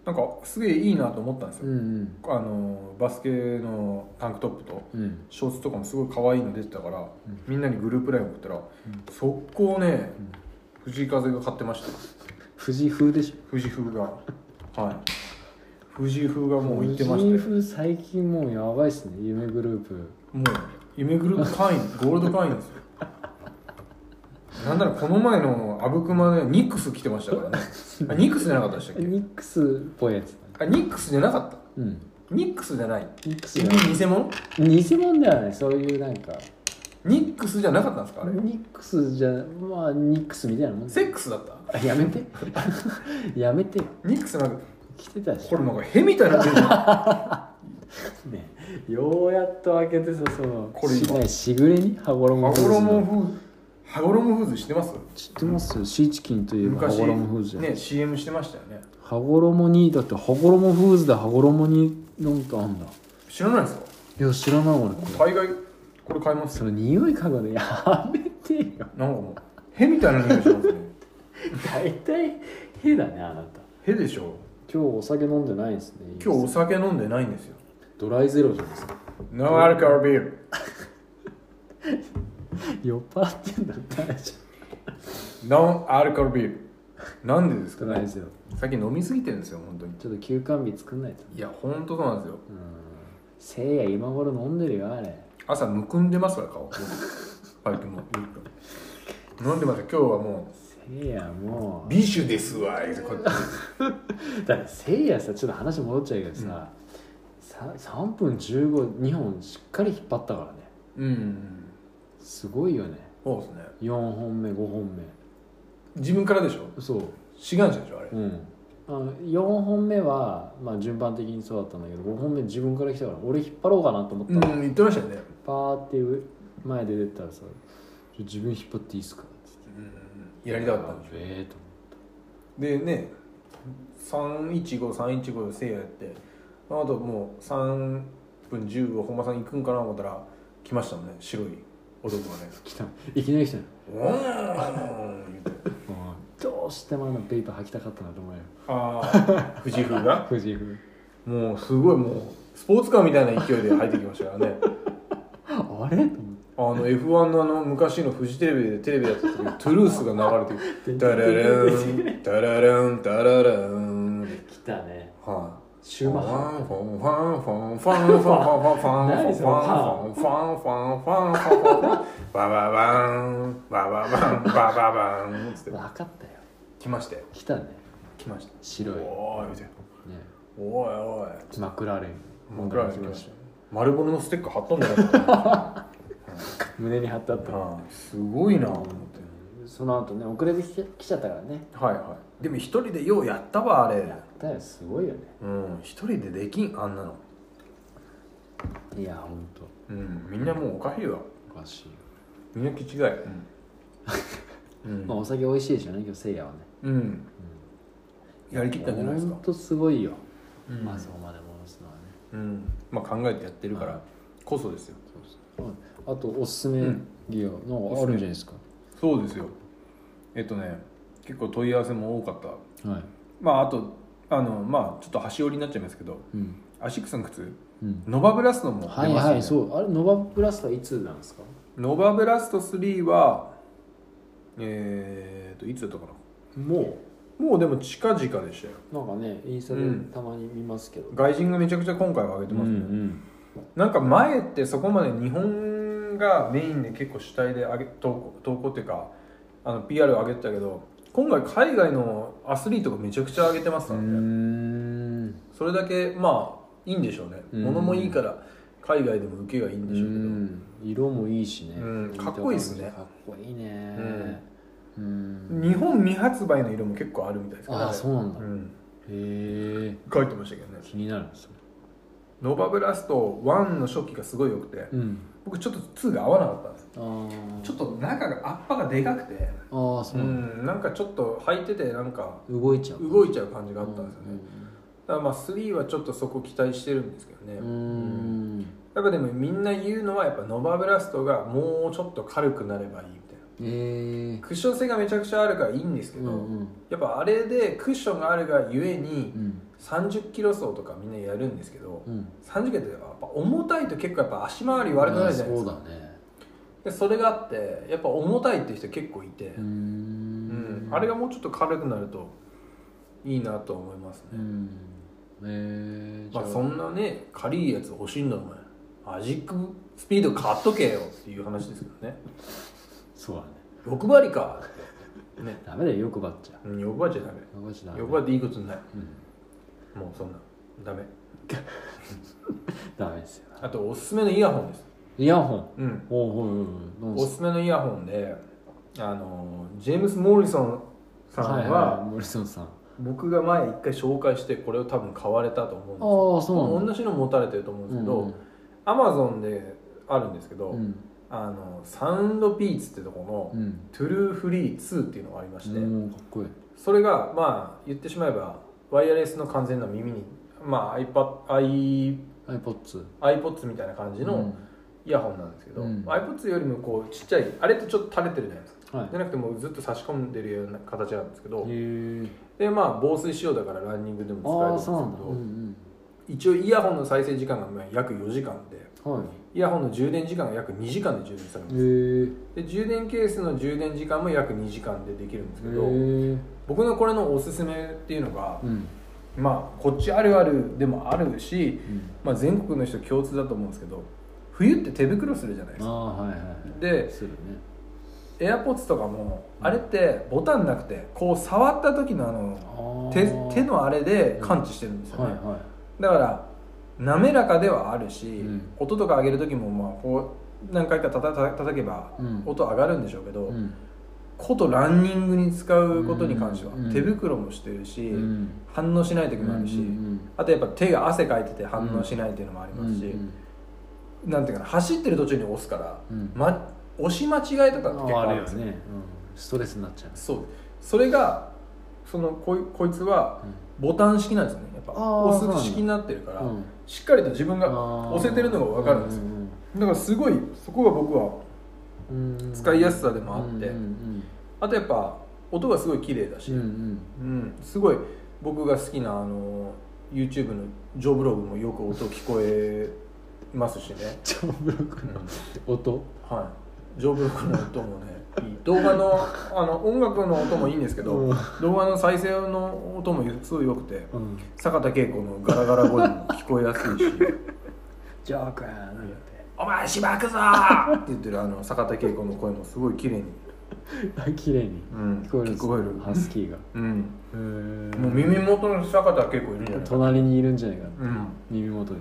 Speaker 1: なんかすげえいいなと思ったんです
Speaker 2: う
Speaker 1: よ、
Speaker 2: ん
Speaker 1: あのバスケのタンクトップと
Speaker 2: うんうん
Speaker 1: ショーツとかもすごい可愛いの出てたから、
Speaker 2: ん
Speaker 1: みんなにグループライン送ったら、速攻ね、藤井風が買ってました
Speaker 2: 藤井風でしょ
Speaker 1: 藤井 風がはい藤井風がもう行ってま
Speaker 2: 藤井
Speaker 1: したよ
Speaker 2: 風最近もうやばいっすね夢グループ
Speaker 1: もう夢グループ会 員ゴールド会員ですよなんならこの前の阿武隈でニックス来てました からねあニックスじゃなかったでしたっけ
Speaker 2: ニックスっぽいやつ
Speaker 1: あニックスじゃなかった
Speaker 2: うん
Speaker 1: ニックスじゃない
Speaker 2: ニックスじゃない
Speaker 1: 偽物
Speaker 2: 偽物ではないそういうなんか
Speaker 1: ニックスじゃなかったんですかあれ
Speaker 2: ニックスじゃまあニックスみたいなもん
Speaker 1: セックスだった
Speaker 2: あやめて やめてよ
Speaker 1: ニックスなんか
Speaker 2: 来てたでし
Speaker 1: こ
Speaker 2: ょ
Speaker 1: れなんか屁みたいになってるじゃん
Speaker 2: ねようやっと開けてさその
Speaker 1: これ今
Speaker 2: しないしぐれに羽衣
Speaker 1: 羽
Speaker 2: フーズの
Speaker 1: 衣フーズ羽衣フーズ知ってます
Speaker 2: 知ってますよシーチキンといえば羽
Speaker 1: 昔
Speaker 2: 衣フーズじゃん、
Speaker 1: ね CM してましたよね
Speaker 2: 羽衣にだって羽衣フーズで羽衣になんかあんだ
Speaker 1: 知らないですか
Speaker 2: いや知らない俺これ
Speaker 1: 海外これ買います
Speaker 2: その匂い嗅ぐのやめてよ
Speaker 1: なんかもうへみたいな匂いしますね
Speaker 2: 大体へだねあなた
Speaker 1: へでしょ
Speaker 2: 今日お酒飲んでないんですね
Speaker 1: 今日お酒飲んでないんですよ
Speaker 2: ドライゼロじゃないですか
Speaker 1: No alcohol beer
Speaker 2: 酔っ払ってんだったらじ
Speaker 1: No alcohol beer なんでです
Speaker 2: ゃ
Speaker 1: か
Speaker 2: んドライ
Speaker 1: ね
Speaker 2: ゼロ
Speaker 1: 最近飲みすぎてるんですよ本当に
Speaker 2: ちょっと休館日作んないと
Speaker 1: いや本当そうなんですよ
Speaker 2: うんせいや今頃飲んでるよあれ
Speaker 1: 朝むくんでますから顔バイクも飲んでますよ今日はも
Speaker 2: せいやも
Speaker 1: う美酒ですわ言うてこうやっ
Speaker 2: うだってせいやさちょっと話戻っちゃうけどさ、さ3分152本しっかり引っ張ったからね
Speaker 1: てうん
Speaker 2: すごいよね
Speaker 1: そうですね
Speaker 2: 4本目5本
Speaker 1: 自分からでしょ
Speaker 2: 目そう
Speaker 1: 志願者でしょあれ
Speaker 2: うん、あの4本目は、まあ、順番的にそうだったんだけど5本目自分から来たから俺引っ張ろうかなと思った
Speaker 1: うん
Speaker 2: の、
Speaker 1: 言ってましたよね
Speaker 2: パーっていう前で出たらさ「ちょ自分引っ張っていいっすか?」って
Speaker 1: やりたかったんでしょ
Speaker 2: ええと思
Speaker 1: でね315315でせいややってあともう3分10秒本間さん行くんかな思ったら来ましたもんね白い男がね
Speaker 2: って来たいきなり来たよ
Speaker 1: 「おーん!」言って
Speaker 2: どうしてもあのペーパー履きたかったなと思うよ
Speaker 1: ああ藤井風が
Speaker 2: 藤井風
Speaker 1: もうすごいもうスポーツカーみたいな勢いで入ってきましたからね
Speaker 2: あれと思っ
Speaker 1: あの F1 のあの昔のフジテレビでテレビやってた時にトゥルースが流れてく
Speaker 2: て
Speaker 1: る「タラランタラランタララン」
Speaker 2: 来たね
Speaker 1: はい
Speaker 2: シューマッハ分かったよ来たね白いねマクラーレン胸に貼ってあったその後ね遅れてきちゃ来ちゃったからねだよすごいよねいやほんとおかしいよまあお酒美味しいでしょうね今日せいやはねほんとすごいよ、
Speaker 1: うん
Speaker 2: まあそこまで戻すのはね
Speaker 1: うん、まあ考えてやってるからこそですよ
Speaker 2: あとおすすめ
Speaker 1: うん
Speaker 2: ギアのあるんじゃないですか、
Speaker 1: そうですよえっとね結構問い合わせも多かった
Speaker 2: はい
Speaker 1: まああとあのまあちょっと端折りになっちゃいますけど
Speaker 2: うん
Speaker 1: アシックスの靴
Speaker 2: うん
Speaker 1: ノバブラストも出ます
Speaker 2: は
Speaker 1: よ
Speaker 2: い
Speaker 1: ね
Speaker 2: はいそうあれノバブラストはいつなんですか
Speaker 1: ノバブラスト3はえー、っといつだったか
Speaker 2: も
Speaker 1: なもうでも近々でしたよ
Speaker 2: うなんかねインスタで
Speaker 1: うん
Speaker 2: たまに見ますけど、
Speaker 1: 外人がめちゃくちゃ今回は上げてますね、
Speaker 2: ん
Speaker 1: なんか前ってそこまで日本がメインで結構主体で上げ投稿投稿っていうかあの PR を上げてたけど今回海外のアスリートがめちゃくちゃ上げてます
Speaker 2: う
Speaker 1: ので、
Speaker 2: ん
Speaker 1: それだけまあいいんでしょうね、
Speaker 2: うん
Speaker 1: 物もいいから海外でも受けがいいんでしょうけど、
Speaker 2: 色もいいしね、
Speaker 1: うんかっこいいっすね
Speaker 2: かっこいいねうん、
Speaker 1: 日本未発売の色も結構あるみたいですから、
Speaker 2: ああそうなんだ、
Speaker 1: う
Speaker 2: へ
Speaker 1: ん、
Speaker 2: え
Speaker 1: 書いてましたけどね
Speaker 2: 気になるんですよ
Speaker 1: ノーバブラスト1の初期がすごい良くて
Speaker 2: うん
Speaker 1: 僕ちょっと2が合わなかったんです
Speaker 2: あー
Speaker 1: ちょっと中がアッパがでかくて
Speaker 2: あーそううなんだ、
Speaker 1: んなんかちょっと履いててなんか
Speaker 2: 動いちゃう
Speaker 1: 動
Speaker 2: い
Speaker 1: いちゃう感じがあったんですよね、だからまあ3はちょっとそこ期待してるんですけどね
Speaker 2: うん
Speaker 1: やっ
Speaker 2: ん
Speaker 1: ぱでもみんな言うのはやっぱノバブラストがもうちょっと軽くなればいいみたいな
Speaker 2: えー
Speaker 1: クッション性がめちゃくちゃあるからいいんですけ
Speaker 2: うん
Speaker 1: ど、
Speaker 2: うん
Speaker 1: やっぱあれでクッションがあるがゆえに
Speaker 2: うん
Speaker 1: 30キロ走とかみんなやるんですけど
Speaker 2: うん
Speaker 1: 30キロってやっぱ重たいと結構やっぱ足回り悪くなるじゃないですか
Speaker 2: あーそうだね
Speaker 1: でそれがあってやっぱ重たいって人結構いて、
Speaker 2: う
Speaker 1: う
Speaker 2: ーん
Speaker 1: んあれがもうちょっと軽くなるといいなと思います
Speaker 2: う
Speaker 1: ね、
Speaker 2: んえー、じゃ
Speaker 1: ま
Speaker 2: あ
Speaker 1: あ、そんなね軽いやつ欲しいんだお前アジックスピード買っとけよっていう話ですけどね
Speaker 2: そうだね
Speaker 1: 欲張りかってね、
Speaker 2: ダメだよ欲張っちゃ
Speaker 1: うん、欲張りじゃダメ
Speaker 2: 欲張っちゃダメ
Speaker 1: 欲張りっていいことない
Speaker 2: うん
Speaker 1: もうそんなダメ
Speaker 2: ダメですよ
Speaker 1: あとおすすめのイヤホンです
Speaker 2: イヤホン
Speaker 1: うん
Speaker 2: おうおうおうおう
Speaker 1: おすすめのイヤホンであのジェームス・モリソンさんは、
Speaker 2: いい、モリソンさんあ
Speaker 1: 僕が前一回紹介してこれを多分買われたと思うんですよ
Speaker 2: あそうなんだ
Speaker 1: 同じの持たれてると思うんですけど、アマゾンであるんですけど、
Speaker 2: うん
Speaker 1: あのサウンドピーツってとこの、
Speaker 2: うん
Speaker 1: トゥルーフリー2っていうのがありまして、
Speaker 2: うんかっこいい
Speaker 1: それがまあ言ってしまえばワイヤレスの完全な耳にまあ iPad、
Speaker 2: iPods
Speaker 1: i iPods みたいな感じのイヤホンなんですけど、
Speaker 2: うん
Speaker 1: iPods よりもこうちっちゃいあれってちょっと垂れてるじゃないですか
Speaker 2: うん、はい
Speaker 1: じゃなくてもうずっと差し込んでるような形なんですけど、
Speaker 2: へー
Speaker 1: でまあ防水仕様だからランニングでも
Speaker 2: ああ
Speaker 1: 使
Speaker 2: そ
Speaker 1: え
Speaker 2: う
Speaker 1: る
Speaker 2: なんん
Speaker 1: です
Speaker 2: だ
Speaker 1: けど、
Speaker 2: うん
Speaker 1: 一応イヤホンの再生時間がまあ約4時間で
Speaker 2: うんはい
Speaker 1: イヤホンの充電時間が約2時間で充電され
Speaker 2: へ
Speaker 1: ま
Speaker 2: え
Speaker 1: す、で充電ケースの充電時間も約2時間でできるんですけど、
Speaker 2: へえ
Speaker 1: 僕のこれのおすすめっていうのが
Speaker 2: う、ん
Speaker 1: まあこっちあるあるでもあるし、
Speaker 2: うん
Speaker 1: まあ、全国の人共通だと思うんですけど冬って手袋するじゃないです
Speaker 2: あ
Speaker 1: か
Speaker 2: あはいはい
Speaker 1: です
Speaker 2: るね
Speaker 1: AirPods とかもあれってボタンなくてこう触った時のあ
Speaker 2: あ
Speaker 1: の
Speaker 2: ー
Speaker 1: 手手のあれで感知してるんですよね、
Speaker 2: はいはい
Speaker 1: だから滑らかではあるし、
Speaker 2: うん
Speaker 1: 音とか上げる時もまあこ何回かたたた叩けば
Speaker 2: うん
Speaker 1: 音上がるんでしょうけど、
Speaker 2: うん
Speaker 1: ことランニングに使うことに関しては、
Speaker 2: うん
Speaker 1: 手袋もしてるし、
Speaker 2: うん
Speaker 1: 反応しない時もあるし、
Speaker 2: うん
Speaker 1: あとやっぱ手が汗かいてて反応しないっていうのもあり
Speaker 2: う
Speaker 1: ますし、
Speaker 2: ん
Speaker 1: なんていうかな走ってる途中に押すから、
Speaker 2: うん
Speaker 1: ま、押し間違いとかって結構あ
Speaker 2: ああ
Speaker 1: る
Speaker 2: る
Speaker 1: ん
Speaker 2: よ
Speaker 1: ですよ
Speaker 2: ね、うん、ストレスになっちゃう
Speaker 1: そうそれがそのこいこいつはボタン式なんですよねやっぱ
Speaker 2: あー
Speaker 1: 押す式になってるから、
Speaker 2: うん
Speaker 1: しっかりと自分
Speaker 2: あ
Speaker 1: が
Speaker 2: ー
Speaker 1: 押せてるのが分かるんですよ、
Speaker 2: うん
Speaker 1: だからすごいそこが僕は
Speaker 2: うんうん
Speaker 1: 使いやすさでもあって
Speaker 2: うんうん
Speaker 1: あとやっぱ音がすごい綺麗だし、
Speaker 2: うんうん
Speaker 1: うん、すごい僕が好きなあの YouTube のジョブログもよく音聞こえますしね、
Speaker 2: ジョブロックの音
Speaker 1: はいジョブログの音もねいい動画のあの音楽の音もいいんですけど、
Speaker 2: うん
Speaker 1: 動画の再生の音もすごい良くて
Speaker 2: うん
Speaker 1: 坂田恵子のガラガラ声も聞こえやすいし
Speaker 2: ジョークなんて
Speaker 1: 「お前しばくぞ!」って言ってるあの坂田恵子の声もすごい綺麗に、
Speaker 2: あ綺麗に
Speaker 1: うん、
Speaker 2: 聞こえ
Speaker 1: 聞
Speaker 2: るんです
Speaker 1: こえる、
Speaker 2: ハスキーが
Speaker 1: うん、
Speaker 2: へー
Speaker 1: もう耳元の坂田恵子いるんじゃないかな
Speaker 2: 隣にいるんじゃないか
Speaker 1: う
Speaker 2: な
Speaker 1: ん
Speaker 2: 耳元に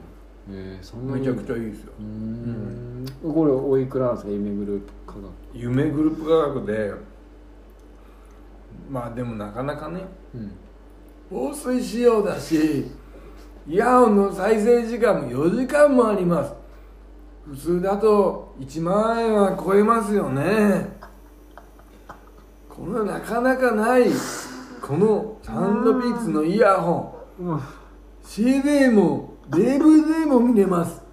Speaker 2: えー、そんな
Speaker 1: め
Speaker 2: に
Speaker 1: ちゃくちゃいいですよ
Speaker 2: うーんこれおいくらなんですか夢グループ価格
Speaker 1: 夢グループ科学でまあでもなかなかね
Speaker 2: うん
Speaker 1: 防水仕様だしイヤホンの再生時間も4時間もあります普通だと1万円は超えますよねこのなかなかないこのサンドピッツのイヤホ
Speaker 2: うん
Speaker 1: ン CD も DVD も見れます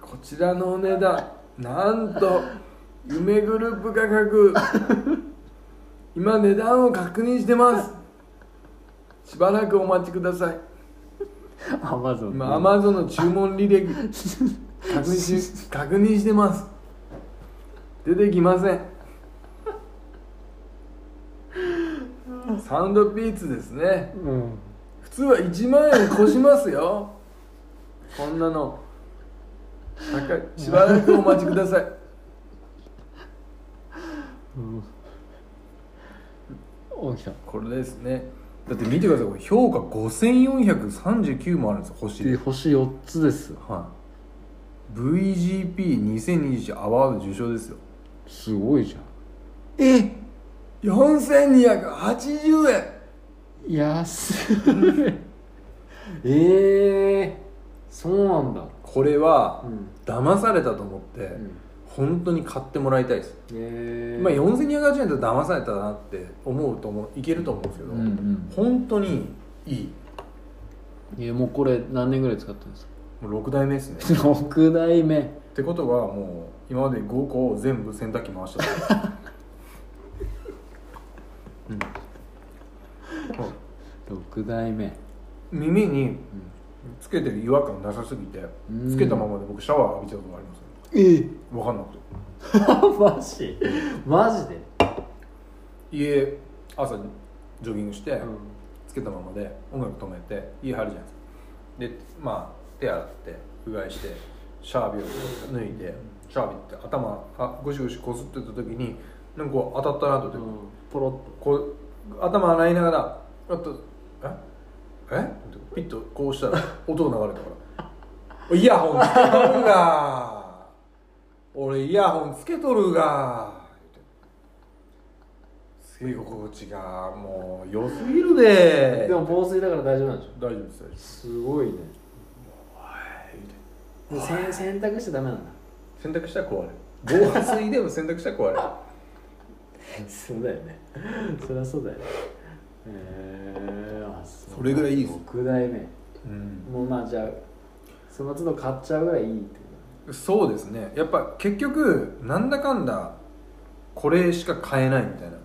Speaker 1: こちらのお値段なんと夢グループ価格今値段を確認してますしばらくお待ちください
Speaker 2: アマゾン
Speaker 1: 今アマゾンの注文履歴確認し確認してます出てきませんサウンドピーツですね
Speaker 2: うん
Speaker 1: 普通は1万円越しますよこんなの高いしばらくお待ちください
Speaker 2: うんおきた
Speaker 1: これですねだって見てくださいこれ評価5439もあるんですよ星
Speaker 2: で星4つです
Speaker 1: はい VGP2021 アワード受賞ですよ
Speaker 2: すごいじゃん
Speaker 1: え4280円
Speaker 2: 安いえ えそうなんだ
Speaker 1: これは
Speaker 2: うん
Speaker 1: 騙されたと思って本当に買ってもらいたいです、
Speaker 2: ええ
Speaker 1: まあ、4280円と騙されたなって思うと思ういけると思うんですけど、
Speaker 2: うんうん
Speaker 1: 本当にいい
Speaker 2: えもうこれ何年ぐらい使ったんですか
Speaker 1: もう6代目ですね
Speaker 2: 6代目
Speaker 1: ってことはもう今まで5個を全部洗濯機回した うんはい
Speaker 2: 6代目
Speaker 1: 耳につけてる違和感なさすぎて、
Speaker 2: うん
Speaker 1: つけたままで僕シャワー浴びちゃうことがあります
Speaker 2: ええ
Speaker 1: 分かんなくて
Speaker 2: マジマジで、
Speaker 1: 家朝ジョギングして、
Speaker 2: うん
Speaker 1: つけたままで音楽止めて家入るじゃないですかでまあ手洗ってうがいしてシャービを脱いでシャービって頭あゴシゴシこすってた時になんかこう当たったなと思って、
Speaker 2: ポロ
Speaker 1: こう頭洗いながらあとええってピッとこうしたら音が流れたからイヤホンつけとるが俺イヤホンつけとるがつけ心地がもう良すぎる
Speaker 2: っ
Speaker 1: で
Speaker 2: とでも防水だから大丈夫なんでしょ
Speaker 1: 大丈夫です大丈夫です
Speaker 2: すごいねで洗洗濯しちゃダメなんだ
Speaker 1: 洗濯したら壊れる防水でも洗濯したら壊れる
Speaker 2: そうだよねそりゃそうだよねへえー、あそう
Speaker 1: それぐらいいいです
Speaker 2: 6代目
Speaker 1: うん
Speaker 2: もうまあじゃあその都度買っちゃうぐらいいいってこ
Speaker 1: そうですねやっぱ結局なんだかんだこれしか買えないみたいな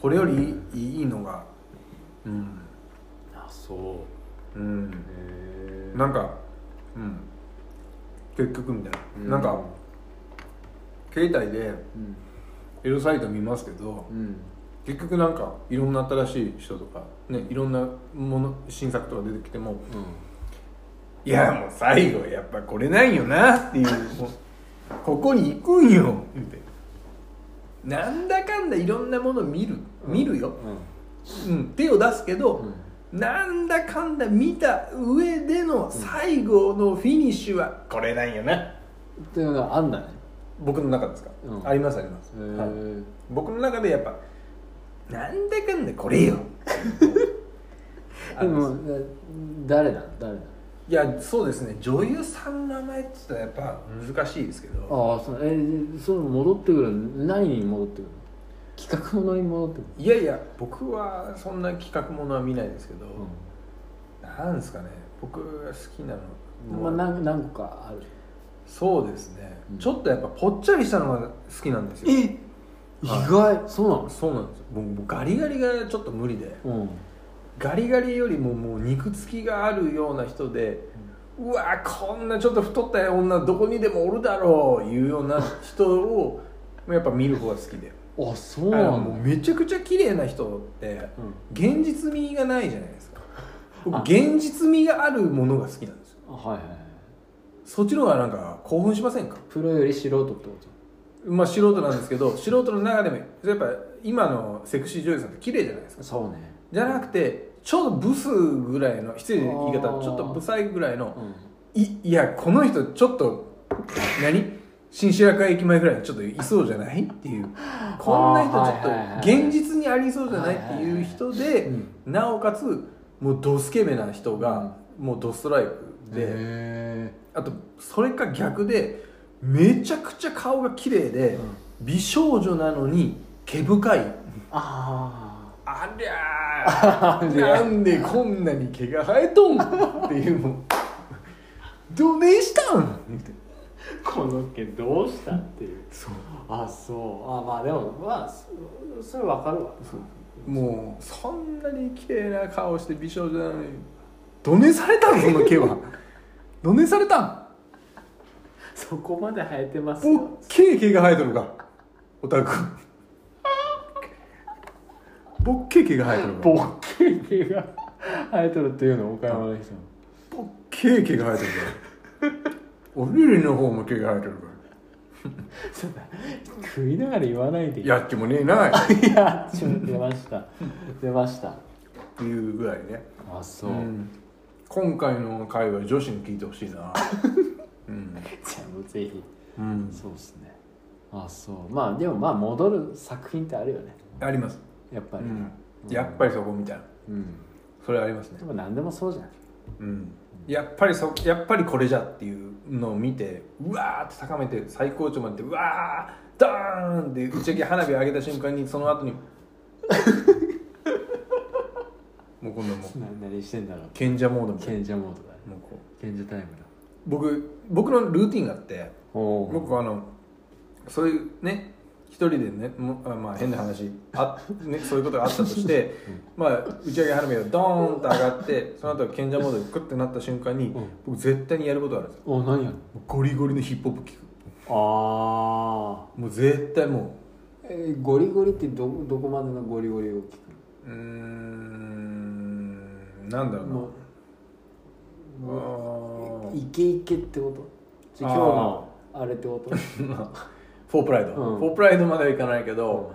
Speaker 1: これよりいい,、いいのがうん、
Speaker 2: とあそ
Speaker 1: うん、
Speaker 2: うへ
Speaker 1: なんか、うん、結局みたいな、
Speaker 2: うん
Speaker 1: なんか携帯で
Speaker 2: うん
Speaker 1: エロサイト見ますけど
Speaker 2: うん
Speaker 1: 結局なんかいろんな新しい人とかねいろんなもの新作とか出てきてもいやもう最後やっぱこれないよなって いうもうここに行くんよみたいななんだかんだいろんなもの見る見るよ、うん、手を出すけど、なんだかんだ見た上での最後のフィニッシュはこれなんよな、
Speaker 2: っていうのがあんだね
Speaker 1: 僕の中ですか、
Speaker 2: うん
Speaker 1: ありますあります、
Speaker 2: へえ
Speaker 1: はい僕の中でやっぱなんだかんだこれよあ
Speaker 2: で
Speaker 1: るん です
Speaker 2: も誰だ誰だ
Speaker 1: いやそうですね女優さんの名前って言ったらやっぱ難しいですけど
Speaker 2: ああそうえでその戻ってくる何に戻ってくるの企画ものに戻ってくる
Speaker 1: いやいや僕はそんな企画ものは見ないですけど、
Speaker 2: の、
Speaker 1: なんですかね僕が好きなの
Speaker 2: まあ、
Speaker 1: もう
Speaker 2: 何何個かある
Speaker 1: そうですね、
Speaker 2: うん
Speaker 1: ちょっとやっぱぽっちゃりしたのが好きなんですよ
Speaker 2: え意外そうなの
Speaker 1: そうなんですよもうもうガリガリがちょっと無理で
Speaker 2: うん
Speaker 1: ガリガリよりももう肉付きがあるような人で、うわこんなちょっと太った女どこにでもおるだろういうような人をやっぱ見る方が好きで
Speaker 2: あそう
Speaker 1: あ
Speaker 2: な
Speaker 1: の
Speaker 2: ん
Speaker 1: もう
Speaker 2: だ
Speaker 1: めちゃくちゃ綺麗な人って
Speaker 2: うん
Speaker 1: 現実味がないじゃないですか僕
Speaker 2: あ
Speaker 1: 現実味があるものが好きなんですよ
Speaker 2: あはいはいはい
Speaker 1: そっちの方がなんか興奮しませんか
Speaker 2: プロより素人ってこと
Speaker 1: まあ素人なんですけ ど素人の中でもやっぱ今のセクシー女優さんって綺麗じゃないですか
Speaker 2: そうね
Speaker 1: じゃなくてちょうどブスぐらいの失礼な言い
Speaker 2: あ
Speaker 1: 方
Speaker 2: ー
Speaker 1: ちょっとブサイぐらいの
Speaker 2: うん
Speaker 1: いいやこの人ちょっと何新白河駅前ぐらいにちょっといそうじゃないっていうこんな人ちょ
Speaker 2: はいはいはい
Speaker 1: っと
Speaker 2: はい
Speaker 1: 現実にありそうじゃないっていう人で
Speaker 2: うん
Speaker 1: なおかつもうドスケベな人がもうドストライクで
Speaker 2: へ
Speaker 1: あとそれか逆でめちゃくちゃ顔が綺麗
Speaker 2: え
Speaker 1: で
Speaker 2: うん
Speaker 1: 美少女なのに毛深い
Speaker 2: あ
Speaker 1: ありゃーなんでこんなに毛が生えとんっていうもうどねえしたんって
Speaker 2: あこの毛どうしたっていう
Speaker 1: そう
Speaker 2: あそうあまあでもまあそそれわかるわ
Speaker 1: もうそんなに綺麗な顔して美少女なのにどねされたんその毛はどねされたん
Speaker 2: そこまで生えてます
Speaker 1: おっ
Speaker 2: よ
Speaker 1: けえ毛が生えとるかオタクぼっけえ毛が生えとるか
Speaker 2: ボッケ毛が生えとるっていうの岡山の人
Speaker 1: ぼっけえ毛が生えとるかおりりの方も毛が生えとるか
Speaker 2: そうだ食いながら言わないでい
Speaker 1: やっちもねえ ない
Speaker 2: いやちょっと出ました出ました
Speaker 1: っていうぐらいね
Speaker 2: あそう、
Speaker 1: うん今回の会は女子に聞いてほしい なうん、
Speaker 2: じゃあもうぜひ
Speaker 1: うん、
Speaker 2: そうですねあそうまあでもまあ戻る作品ってあるよね
Speaker 1: あります、
Speaker 2: やっぱ
Speaker 1: う
Speaker 2: り、
Speaker 1: ん、やっぱりそこみたいな
Speaker 2: うん
Speaker 1: それありますね
Speaker 2: でも何でもそうじゃん
Speaker 1: うん、やっぱりそやっぱりこれじゃっていうのを見てうわーって高めて最高潮まで行ってうわーダーンって打ち上げ花火上げた瞬間にその 後にもうこんなもう
Speaker 2: 何何してんだろう
Speaker 1: 賢者モードみたいな
Speaker 2: 賢者モードだね
Speaker 1: もうこう
Speaker 2: 賢者タイムだ
Speaker 1: 僕僕のルーティンがあって
Speaker 2: おお
Speaker 1: 僕あのそういうね一人でねもあまあ変な話あ、ね、そういうことがあったとして、まあ、打ち上げ花火がドーンと上がってその後賢者モードでクッてなった瞬間に、
Speaker 2: ん
Speaker 1: 僕絶対にやることがあるんですよ
Speaker 2: お何やる
Speaker 1: ゴリゴリのヒップホップ聞く
Speaker 2: のああ
Speaker 1: もう絶対も
Speaker 2: えーゴリゴリってどどこまでのゴリゴリを聞く
Speaker 1: ううーんなんだ
Speaker 2: のも
Speaker 1: ろうなう
Speaker 2: うイケイケってことじゃあ
Speaker 1: あー
Speaker 2: 今日のあれって こと
Speaker 1: ーんフォープライド、
Speaker 2: うん
Speaker 1: フォープライドまではいかないけど、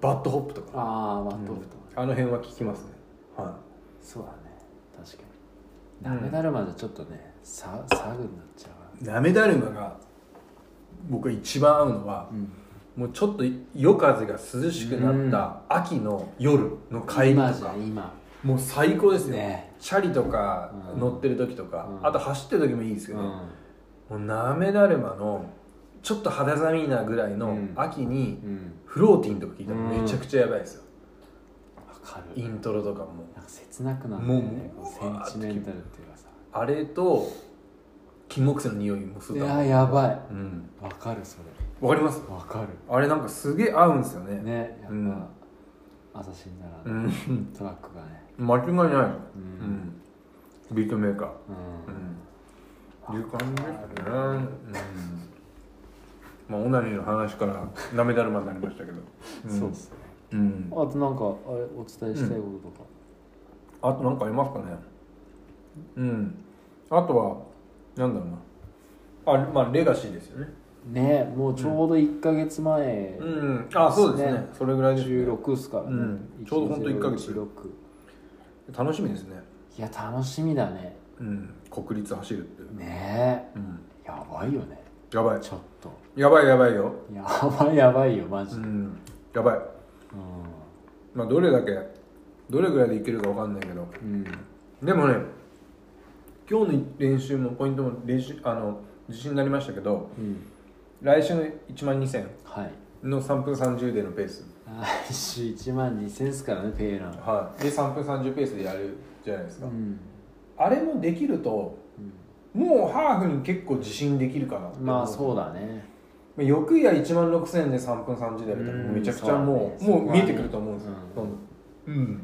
Speaker 1: バッドホップとか
Speaker 2: ああワットオフとか、
Speaker 1: あの辺は聞きますねは
Speaker 2: そうだね確かに
Speaker 1: う
Speaker 2: なんめだるまでちょっとねさサグになっちゃうから
Speaker 1: いなめだるまが僕が一番合うのは、
Speaker 2: うん
Speaker 1: もうちょっと夜風が涼しくなった秋の夜の帰りと
Speaker 2: 今じゃ
Speaker 1: か
Speaker 2: ん今
Speaker 1: もう最高ですよ、
Speaker 2: ね
Speaker 1: チャリとか
Speaker 2: うん
Speaker 1: 乗ってる時とか、
Speaker 2: うん
Speaker 1: あと走ってる時もいいですけ
Speaker 2: う
Speaker 1: ど、
Speaker 2: ん
Speaker 1: もうなめだるまのちょっと肌寒いなぐらいうの
Speaker 2: ん
Speaker 1: 秋に
Speaker 2: うん
Speaker 1: フローティンとか聞いたら
Speaker 2: うん
Speaker 1: めちゃくちゃやばいですよ、
Speaker 2: わか
Speaker 1: イ
Speaker 2: る
Speaker 1: ントロとかも
Speaker 2: なんか切なくなるんだよね
Speaker 1: もう
Speaker 2: こうセンチメンタルっていうかさ
Speaker 1: あれと金木犀の匂いもす
Speaker 2: い
Speaker 1: ると
Speaker 2: ややばい
Speaker 1: うん
Speaker 2: わかるそ
Speaker 1: わかります
Speaker 2: れわか
Speaker 1: あれなんかすげえ合うんですよね
Speaker 2: るねやっぱ、
Speaker 1: うん
Speaker 2: 朝死んだ
Speaker 1: う
Speaker 2: ら、
Speaker 1: ん
Speaker 2: トラックがね
Speaker 1: 間違いない、
Speaker 2: う
Speaker 1: うんん、ビートメーカー
Speaker 2: うん、
Speaker 1: うんいう感じですねうんまあオナニーの話からなめだるまになりましたけど、ん
Speaker 2: そうっすね
Speaker 1: うん
Speaker 2: あとなんかあれお伝えしたいこととか、
Speaker 1: あと何かありますかねうんあとはなんだろうなあまあレガシーですよね
Speaker 2: ねもうちょうど1か月前、
Speaker 1: うんあそうですね
Speaker 2: ね
Speaker 1: それぐらいですね
Speaker 2: 16っすからね、
Speaker 1: うんちょうどほんと1ヶ月
Speaker 2: 16
Speaker 1: 楽しみですね
Speaker 2: いや楽しみだね
Speaker 1: うん国立走るっていう
Speaker 2: ね
Speaker 1: うん
Speaker 2: えやばいよね
Speaker 1: やばい
Speaker 2: ちょっと
Speaker 1: やばいやばいよ
Speaker 2: やばいやばいよマジ
Speaker 1: う
Speaker 2: で、うん
Speaker 1: んやばいまあどれだけどれぐらいでいけるかわかんないけど
Speaker 2: うん、
Speaker 1: でもね今日の練習もポイントも練習あの自信になりましたけど
Speaker 2: うん、
Speaker 1: 来週の1万2000
Speaker 2: はい
Speaker 1: の3分30でのペース
Speaker 2: 来週1万2000っす からねペイラン
Speaker 1: はいで3分30ペースでやるじゃないです
Speaker 2: う
Speaker 1: か、
Speaker 2: ん、
Speaker 1: あれもできるともうハーフに結構自信できるかなって思
Speaker 2: うん、まあそうだね
Speaker 1: まあよくや1万6000で3分30でやると
Speaker 2: うん
Speaker 1: めちゃくちゃもう,、
Speaker 2: そうだね
Speaker 1: もう見えてくると思うんですよ、
Speaker 2: う
Speaker 1: どんどんうん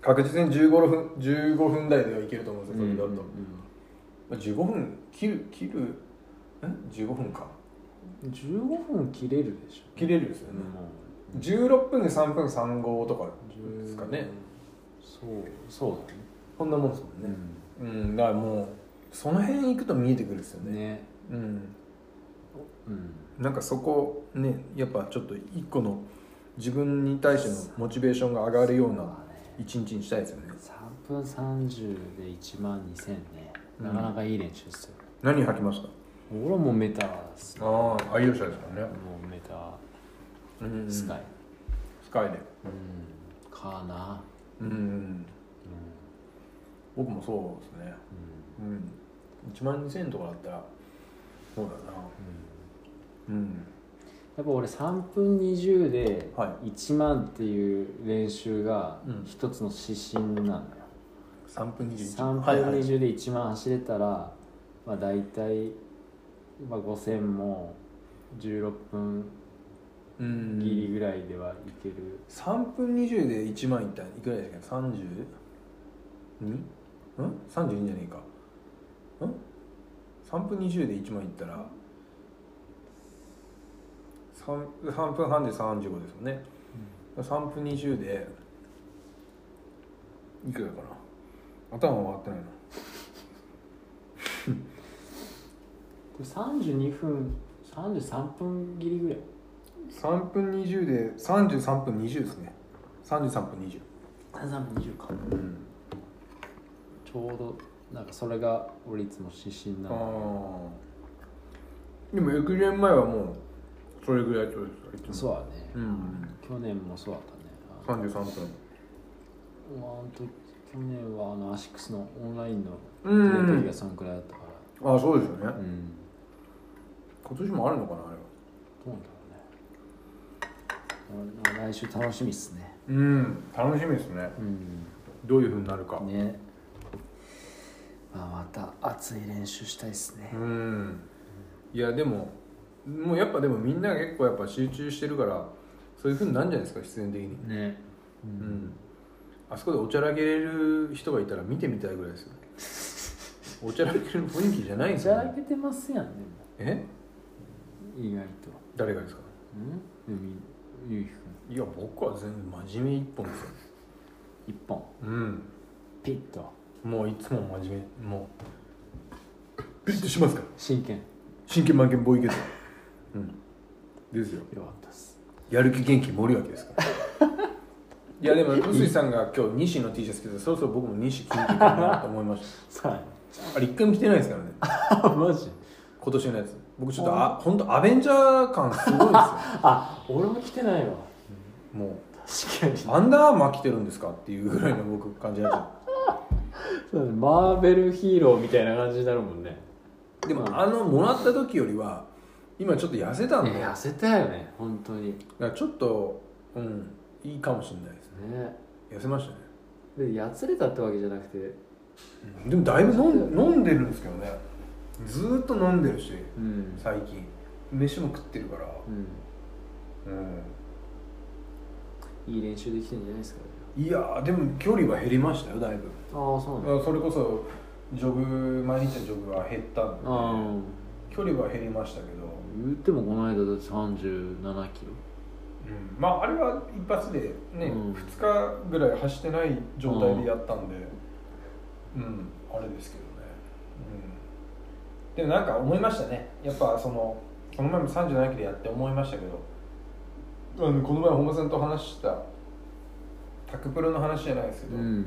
Speaker 1: 確実に15分 ,15 分台ではいけると思うんですよそれだと、
Speaker 2: うんうん
Speaker 1: まあ15分切る切るん15分か
Speaker 2: うん、15分切れるでしょ
Speaker 1: 切れるんですよね、16分で3分35とかですかね、
Speaker 2: そうそうだね
Speaker 1: こんなもんですもんね
Speaker 2: う
Speaker 1: うんだからもうその辺行くと見えてくるんですよ
Speaker 2: ん
Speaker 1: ね
Speaker 2: ね
Speaker 1: うん
Speaker 2: うん
Speaker 1: なんかそこねやっぱちょっと一個の自分に対してのモチベーションが上がるよう
Speaker 2: そう
Speaker 1: な
Speaker 2: だね
Speaker 1: 一日にしたいですよね
Speaker 2: 3分30で1万2000ね
Speaker 1: うん
Speaker 2: なかなかいい練習っすよ、
Speaker 1: 何履きました
Speaker 2: 俺はもうメタっすね
Speaker 1: ああ愛用者ですからね
Speaker 2: もうメタ
Speaker 1: うん
Speaker 2: スカイ
Speaker 1: スカイで
Speaker 2: うん、かな
Speaker 1: うん
Speaker 2: う
Speaker 1: 僕もそうですね
Speaker 2: んうん
Speaker 1: うん1万2000円とかだったらそうだなうん
Speaker 2: やっぱ俺3分20で
Speaker 1: は
Speaker 2: 1万っていう練習が
Speaker 1: うん
Speaker 2: 一つの指針なのよ、
Speaker 1: 3分21
Speaker 2: 3分20で1万走れたら、まあ、大体、まあ、5000も16分
Speaker 1: うん
Speaker 2: ギリぐらいではいける、
Speaker 1: 3分20で1万いったらいくらでしたっけ 32? ん ?32 じゃねえかん ?3 分20で1万いったら 3, 3分半で35ですよね、3分20でいくらかな頭回ってないな
Speaker 2: これ32分33分ギリぐらい
Speaker 1: 3分20で33分20ですね33分20
Speaker 2: 33分20か
Speaker 1: うん
Speaker 2: ちょうどなんかそれが俺いつも指針な
Speaker 1: あ
Speaker 2: の
Speaker 1: ーでも翌年前はもうそれぐらいってことですかいつも
Speaker 2: そうだね、
Speaker 1: うん
Speaker 2: 去年もそうだったねあの
Speaker 1: 33
Speaker 2: まあ、あの時去年はあのアシックスのオンラインの
Speaker 1: 分
Speaker 2: イベント
Speaker 1: う
Speaker 2: がそのくらいだったから
Speaker 1: んあそうですよね
Speaker 2: うん
Speaker 1: 今年もあるのかなあれは
Speaker 2: どうなんだろうねあまあ来週楽しみっすね
Speaker 1: うん楽しみですね
Speaker 2: うん
Speaker 1: どういうふうになるか
Speaker 2: ねまあまた熱い練習したいっすね
Speaker 1: うんいやでももうやっぱでもみんなが結構やっぱ集中してるからそういうふうになるんじゃないですか必然的に
Speaker 2: ねう
Speaker 1: うんんあそこでおちゃらけれる人がいたら見てみたいぐらいですよ おちゃらける雰囲気じゃないんです
Speaker 2: じ
Speaker 1: よ
Speaker 2: ゃあ
Speaker 1: ね
Speaker 2: けてますやんでも
Speaker 1: え
Speaker 2: 意外と
Speaker 1: 誰がですか
Speaker 2: うんでもゆうひく
Speaker 1: いや僕は全部真面目一本ですよ
Speaker 2: ん一本
Speaker 1: うん
Speaker 2: ピッと
Speaker 1: もういつも真面目もうピリッとしますから
Speaker 2: 真剣
Speaker 1: 真剣満剣ボーイゲスうんですよ
Speaker 2: よかったっす
Speaker 1: やる気元気森脇ですからいやでも臼井さんが今日西の T シャツ着ててそろそろ僕も西着ていかなと思いまし
Speaker 2: さ
Speaker 1: たあれ一回も着てないですからね
Speaker 2: あマジ
Speaker 1: 今年のやつ僕ちょっとあ本当アベンジャー感すごいですよ
Speaker 2: あ俺も来てないわ
Speaker 1: も
Speaker 2: 確かに
Speaker 1: うアンダーアーマー着てるんですかっていうぐらいの僕感じだった
Speaker 2: そうだねマーベルヒーローみたいな感じになるもんね
Speaker 1: でもあのもらった時よりは今ちょっと痩せたんで、だ
Speaker 2: 痩
Speaker 1: か
Speaker 2: せたよね本当にね
Speaker 1: らちょっとうんいいかもしれないですね痩せましたね、
Speaker 2: でやつれたってわけじゃなくて
Speaker 1: でもだいぶ飲ん飲んでるんですけどねずーっと飲んでるし
Speaker 2: うん
Speaker 1: 最近飯も食ってるから
Speaker 2: う
Speaker 1: うん
Speaker 2: んいい練習できてんじゃないですか
Speaker 1: いやーでも距離は減りましたよだいぶ
Speaker 2: ああそうなんだ
Speaker 1: それこそジョブ毎日のジョブは減ったんで
Speaker 2: ああ
Speaker 1: 距離は減りましたけど、
Speaker 2: 言ってもこの間だって37キ
Speaker 1: う
Speaker 2: ロ
Speaker 1: ん、まああれは一発でね、
Speaker 2: うん
Speaker 1: 2日ぐらい走ってない状態でやったんでうん、あれですけどね、うん、でもなんか思いましたねやっぱそのこの前も37キロやって思いましたけどあのこの前本間さんと話したタクプロの話じゃないですけど、
Speaker 2: ん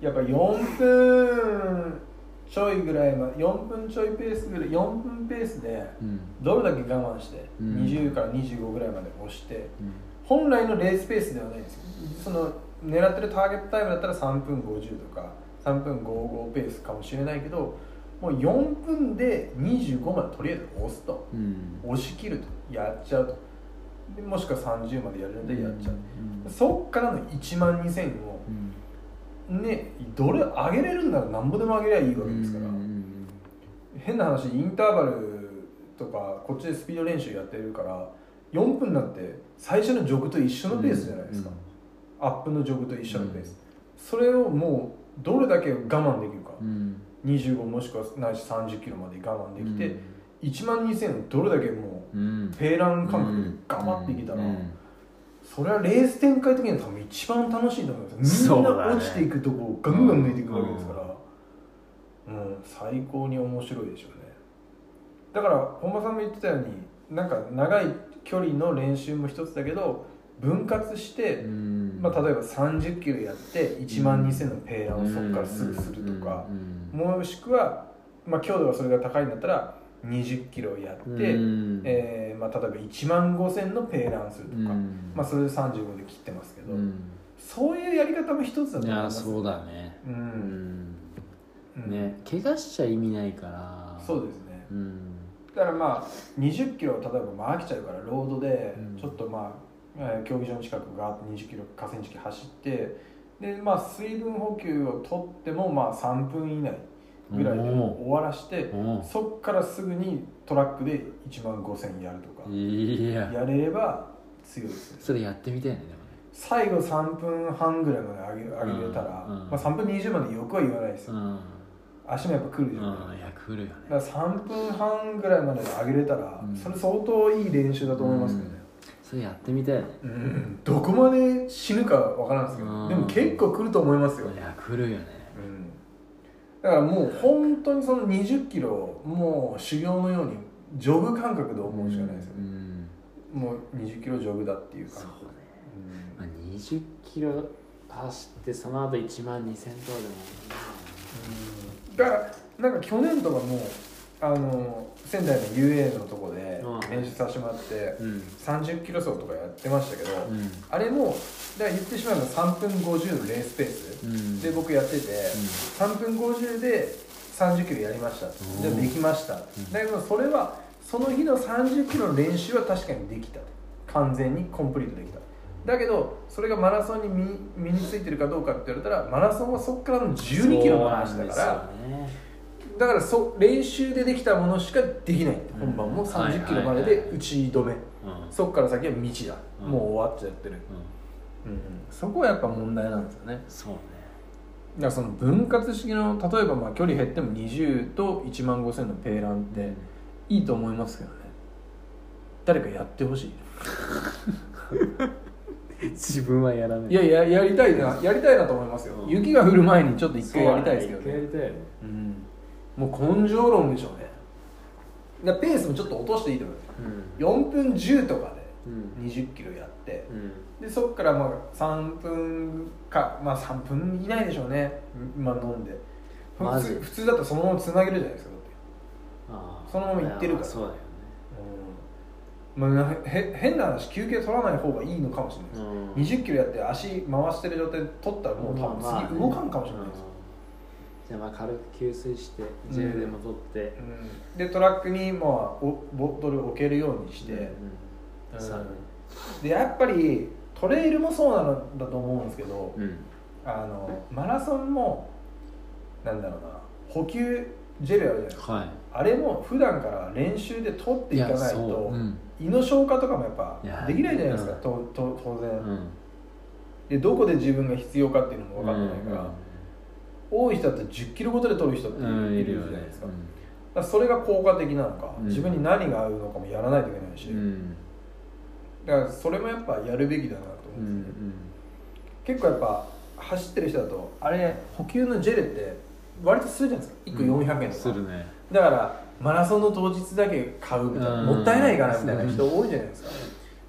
Speaker 1: やっぱ4分ちょいぐらいまで4分ちょいペースぐらい4分ペースで
Speaker 2: うん
Speaker 1: どれだけ我慢して、
Speaker 2: うん
Speaker 1: 20から25ぐらいまで押して
Speaker 2: うん
Speaker 1: 本来のレースペースではないんですよその狙ってるターゲットタイムだったら3分50とか3分55ペースかもしれないけどもう4分で25までとりあえず押すと
Speaker 2: うん
Speaker 1: 押し切るとやっちゃうとでもしくは30までやるのでやっちゃう、
Speaker 2: うん
Speaker 1: そっからの1万2000を
Speaker 2: うん
Speaker 1: ねどれ上げれるんなら何ぼでも上げりゃいいわけですから、
Speaker 2: うんうん
Speaker 1: 変な話インターバルとかこっちでスピード練習やってるから4分なんて最初のジョグと一緒のペースじゃないですか、
Speaker 2: うん
Speaker 1: アップのジョグと一緒のペース、それをもうどれだけ我慢できるか、
Speaker 2: うん
Speaker 1: 25もしくはないし3 0キロまで我慢できて、
Speaker 2: うん
Speaker 1: 1万2000をどれだけも
Speaker 2: うん
Speaker 1: うペーラン感覚で頑張っていけたら、それはレース展開的には多分一番楽しいと思いますみんな
Speaker 2: そうだね
Speaker 1: 落ちていくとこをガンガン抜いていくわけですから、うん最高に面白いでしょうねだから本間さんも言ってたようになんか長い距離の練習も一つだけど分割して、まあ、例えば3 0キロやって1万2000のペーランをそこからすぐするとか、もしくは、まあ、強度がそれが高いんだったら2 0キロやって、えーまあ、例えば1万5000のペーランするとか。まあ、それで35で切ってますけど、そういうやり方も一つだと思
Speaker 2: い
Speaker 1: い
Speaker 2: や
Speaker 1: ます
Speaker 2: そうだね
Speaker 1: う、
Speaker 2: うんん
Speaker 1: うん
Speaker 2: ね怪我しちゃ意味ないから
Speaker 1: そうですね
Speaker 2: うん
Speaker 1: だからまあ20キロ例えばまあ飽きちゃうからロードで
Speaker 2: うん
Speaker 1: ちょっとまあ、えー競技場の近くが20キロ河川敷走ってでまあ水分補給をとってもまあ3分以内ぐらいでもう終わらして
Speaker 2: お
Speaker 1: そっからすぐにトラックで1万5000やるとか
Speaker 2: いや
Speaker 1: やれれば強いですね
Speaker 2: それやってみたいねでもね
Speaker 1: 最後3分半ぐらいまで上げ上げれたら、
Speaker 2: うんうん
Speaker 1: まあ、3分20までよくは言わないですよ、足もやっぱ来るじゃない、
Speaker 2: うんいや来るよね
Speaker 1: だから3分半ぐらいまで上げれたら、
Speaker 2: うん
Speaker 1: それ相当いい練習だと思いますけどね、
Speaker 2: それやってみたいね
Speaker 1: うんどこまで死ぬかわからんですけど、
Speaker 2: うん
Speaker 1: でも結構来ると思いますよ、
Speaker 2: いや来るよね
Speaker 1: うんだからもう本当にその2 0キロもう修行のようにジョグ感覚で思うしかないですよ
Speaker 2: う
Speaker 1: ね、
Speaker 2: ん
Speaker 1: もう2 0キロジョグだっていう
Speaker 2: そ
Speaker 1: 感
Speaker 2: う
Speaker 1: じ、
Speaker 2: ね
Speaker 1: うん
Speaker 2: まあ、20キロ走ってその後1万2000頭でも
Speaker 1: だからなんか去年とかもあの仙台の UA のとこで
Speaker 2: うん
Speaker 1: 練習させてもらって
Speaker 2: うん
Speaker 1: 30キロ走とかやってましたけど、
Speaker 2: うん
Speaker 1: あれもだから言ってしまえば3分50のレースペース
Speaker 2: うん
Speaker 1: で僕やってて、3分50で30キロやりました
Speaker 2: おー
Speaker 1: でできました、
Speaker 2: ん
Speaker 1: だけどそれはその日の30キロの練習は確かにできた完全にコンプリートできただけどそれがマラソンに身身についてるかどうかって言われたらマラソンはそこからの12キロの話だから
Speaker 2: そうなんですよね
Speaker 1: だからそ練習でできたものしかできないって、
Speaker 2: う
Speaker 1: 本
Speaker 2: ん
Speaker 1: 番も
Speaker 2: はいはい
Speaker 1: 30キロまでで打ち止め、
Speaker 2: うん
Speaker 1: そこから先は道だ、
Speaker 2: うん
Speaker 1: もう終わっちゃってる、
Speaker 2: うん
Speaker 1: そこはやっぱ問題なんですよねだか
Speaker 2: そうね
Speaker 1: らその分割式の例えばまあ距離減っても20と1万5000のペーランっていいと思いますけどね誰かやってほしい
Speaker 2: 自分はやらない
Speaker 1: いやいややりたいなやりたいなと思いますよ、
Speaker 2: うん
Speaker 1: 雪が降る前にちょっと一回やりたいですけど
Speaker 2: そうだね
Speaker 1: ね
Speaker 2: 一回やりたいよね
Speaker 1: うんもう根性論でしょうねだからペースもちょっと落としていいと思います4分10とか
Speaker 2: う
Speaker 1: で
Speaker 2: ん
Speaker 1: 2 0キロやって
Speaker 2: うん
Speaker 1: でそっからまあ3分かまあ3分以内でしょうねまあ飲んで普
Speaker 2: マジ
Speaker 1: 通普通だったらそのままつなげるじゃないですかだって
Speaker 2: あー
Speaker 1: そのまま行ってるから
Speaker 2: そうだよね
Speaker 1: まあなへ変な話休憩取らない方がいいのかもしれないです、
Speaker 2: うん
Speaker 1: 20キロやって足回してる状態で取ったらもう多
Speaker 2: まあまあ
Speaker 1: 分次動かんかもしれないですよ、
Speaker 2: うんじゃあまあ軽く給水してジェルでも取って
Speaker 1: うんでトラックにまあおボトルを置けるようにして、
Speaker 2: うん
Speaker 1: うん
Speaker 2: さらに
Speaker 1: でやっぱりトレイルもそうなんだと思うんですけど、
Speaker 2: うん
Speaker 1: あのマラソンもなんだろうな補給ジェルあるじゃないですか
Speaker 2: は
Speaker 1: あれも普段から練習で取って
Speaker 2: い
Speaker 1: いかない
Speaker 2: やそう
Speaker 1: と
Speaker 2: うん
Speaker 1: 胃の消化とかもやっ
Speaker 2: いや
Speaker 1: ぱできないじゃないですか
Speaker 2: うん
Speaker 1: とと当然、
Speaker 2: うん
Speaker 1: でどこで自分が必要かっていうのも分かってないから、
Speaker 2: う
Speaker 1: 多い人だと1 0キロごとで取る人ってい
Speaker 2: んうん
Speaker 1: る
Speaker 2: い
Speaker 1: い
Speaker 2: る
Speaker 1: る
Speaker 2: よ
Speaker 1: じゃない
Speaker 2: ね
Speaker 1: ですか,、だからそれが効果的なのか、
Speaker 2: うん
Speaker 1: 自分に何が合うのかもやらないといけないし、
Speaker 2: うんうん
Speaker 1: だからそれもやっぱやるべきだなと思う
Speaker 2: うん
Speaker 1: ですよね、
Speaker 2: ん
Speaker 1: 結構やっぱ走ってる人だとあれ補給のジェルって割とするじゃないですか1個400円とか、
Speaker 2: するね
Speaker 1: だからマラソンの当日だけ買うみたいな
Speaker 2: うん
Speaker 1: もったいないかなみたいな人多いじゃないですか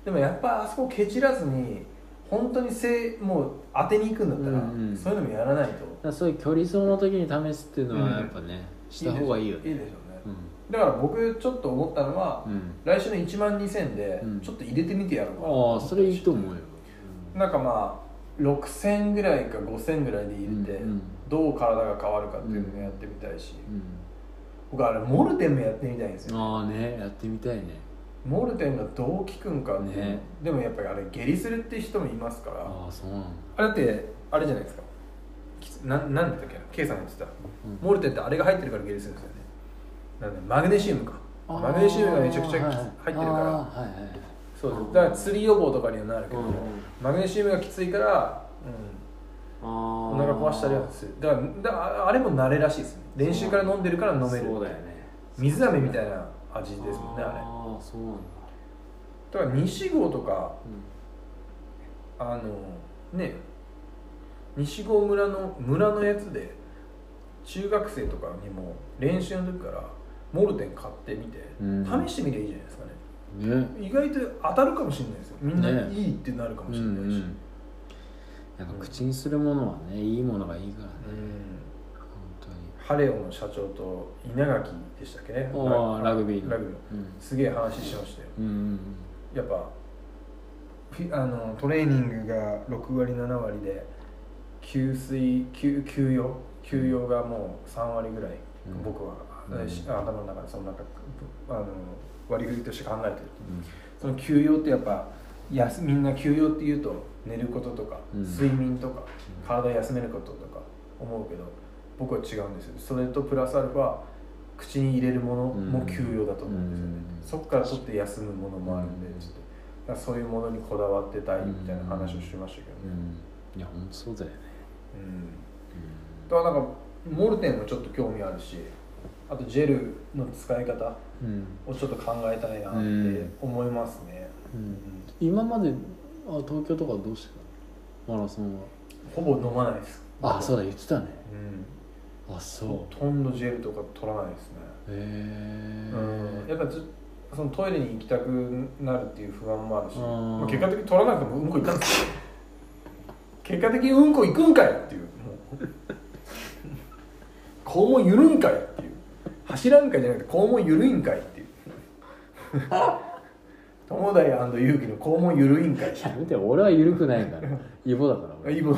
Speaker 1: でもやっぱあそこケチらずに本当にせいもう当てに行くんだったら、
Speaker 2: うんうん
Speaker 1: そういうのもやらないと
Speaker 2: らそういう距離走の時に試すっていうのは
Speaker 1: うん
Speaker 2: やっぱね、した方がいいよね
Speaker 1: いいでしょうね
Speaker 2: うん
Speaker 1: だから僕ちょっと思ったのは、
Speaker 2: うん
Speaker 1: 来週の1万2000で
Speaker 2: うん
Speaker 1: ちょっと入れてみてやろうかな、
Speaker 2: ああそれいいと思うよ、
Speaker 1: なんかまあ6000ぐらいか5000ぐらいで入れて、
Speaker 2: うんうん
Speaker 1: どう体が変わるかっていうのをやってみたいし、
Speaker 2: うん
Speaker 1: 僕あれモルテンもやってみたいんですよ
Speaker 2: ああねやってみたいね
Speaker 1: モルテンがどう効くんかって、
Speaker 2: ね
Speaker 1: でもやっぱりあれ下痢するって人もいますから
Speaker 2: ああそうなんだ、
Speaker 1: あれだってあれじゃないですかきつななんだったっけな K さんが言ってた、
Speaker 2: うん
Speaker 1: モルテンってあれが入ってるから下痢するんですよねなんだマグネシウムか
Speaker 2: あー
Speaker 1: マグネシウムがめちゃくちゃき
Speaker 2: は
Speaker 1: つ
Speaker 2: い
Speaker 1: 入ってるから
Speaker 2: あーはいはいはい
Speaker 1: そうそう
Speaker 2: うん
Speaker 1: だから釣り予防とかにはなるけど、
Speaker 2: うん
Speaker 1: マグネシウムがきついから、
Speaker 2: あ
Speaker 1: うん、
Speaker 2: お
Speaker 1: お腹壊したりはするだからだからあれも慣れらしいですね練習から飲んでるから飲める
Speaker 2: そうだよね
Speaker 1: 水飴みたいな味ですもんねあれ
Speaker 2: ああそうなんだ、
Speaker 1: だから西郷とか
Speaker 2: う
Speaker 1: あのね西郷村の村のやつで中学生とかにも練習の時からモルテン買ってみて、
Speaker 2: うん
Speaker 1: 試してみりゃいいじゃないですかね
Speaker 2: ん、ね
Speaker 1: 意外と当たるかもしれないですよみんな
Speaker 2: ね
Speaker 1: いいってなるかもしれないし、
Speaker 2: うんうんやっぱ口にするものはねいいものがいいからね
Speaker 1: うん
Speaker 2: 本当に
Speaker 1: ハレオの社長と稲垣でしたっけね
Speaker 2: ああラグビーの
Speaker 1: ラグビーのすげえ話しましたよ
Speaker 2: うん、うんうん
Speaker 1: やっぱフィあのトレーニングが6割7割で給水給給養給養がもう3割ぐらい、
Speaker 2: うん
Speaker 1: 僕は、
Speaker 2: うん
Speaker 1: し頭の中でその中あの割り振りとして考えてる
Speaker 2: うん
Speaker 1: その休養ってやっぱやすみんな休養っていうと寝ることとか、
Speaker 2: うん
Speaker 1: 睡眠とか体休めることとか思うけど僕は違うんですよそれとプラスアルファ口に入れるものも休養だと思うんですよね、
Speaker 2: うん
Speaker 1: そこから取って休むものもあるんで、
Speaker 2: うん
Speaker 1: ちょっとだからそういうものにこだわってたいみたいな話をしましたけ
Speaker 2: う
Speaker 1: どね、
Speaker 2: んいや本当そうだよね
Speaker 1: うんだ
Speaker 2: う
Speaker 1: からなんかモルテンもちょっと興味あるしあとジェルの使い方
Speaker 2: ん、うん
Speaker 1: をちょっと考えたいなっ
Speaker 2: うん
Speaker 1: て思いますね、
Speaker 2: うん
Speaker 1: うん
Speaker 2: 今まであ東京とかどうしてたのマラソンは
Speaker 1: ほぼ飲まないです
Speaker 2: あそうだ言ってたね
Speaker 1: うんほ
Speaker 2: あそ
Speaker 1: とんどジェルとか取らないですね
Speaker 2: うへえ
Speaker 1: うんやっぱずそのトイレに行きたくなるっていう不安もあるし、
Speaker 2: うん
Speaker 1: まあ、結果的に取らなくてもうんこ行ったんです よ結果的にうんこ行くんかいっていうもう 肛門緩んかいっていう走らんかいじゃなくて肛門緩いんかいっていう 友達勇気の肛門緩いんかいって
Speaker 2: やめて俺は緩くない からイボだから俺
Speaker 1: いう今
Speaker 2: う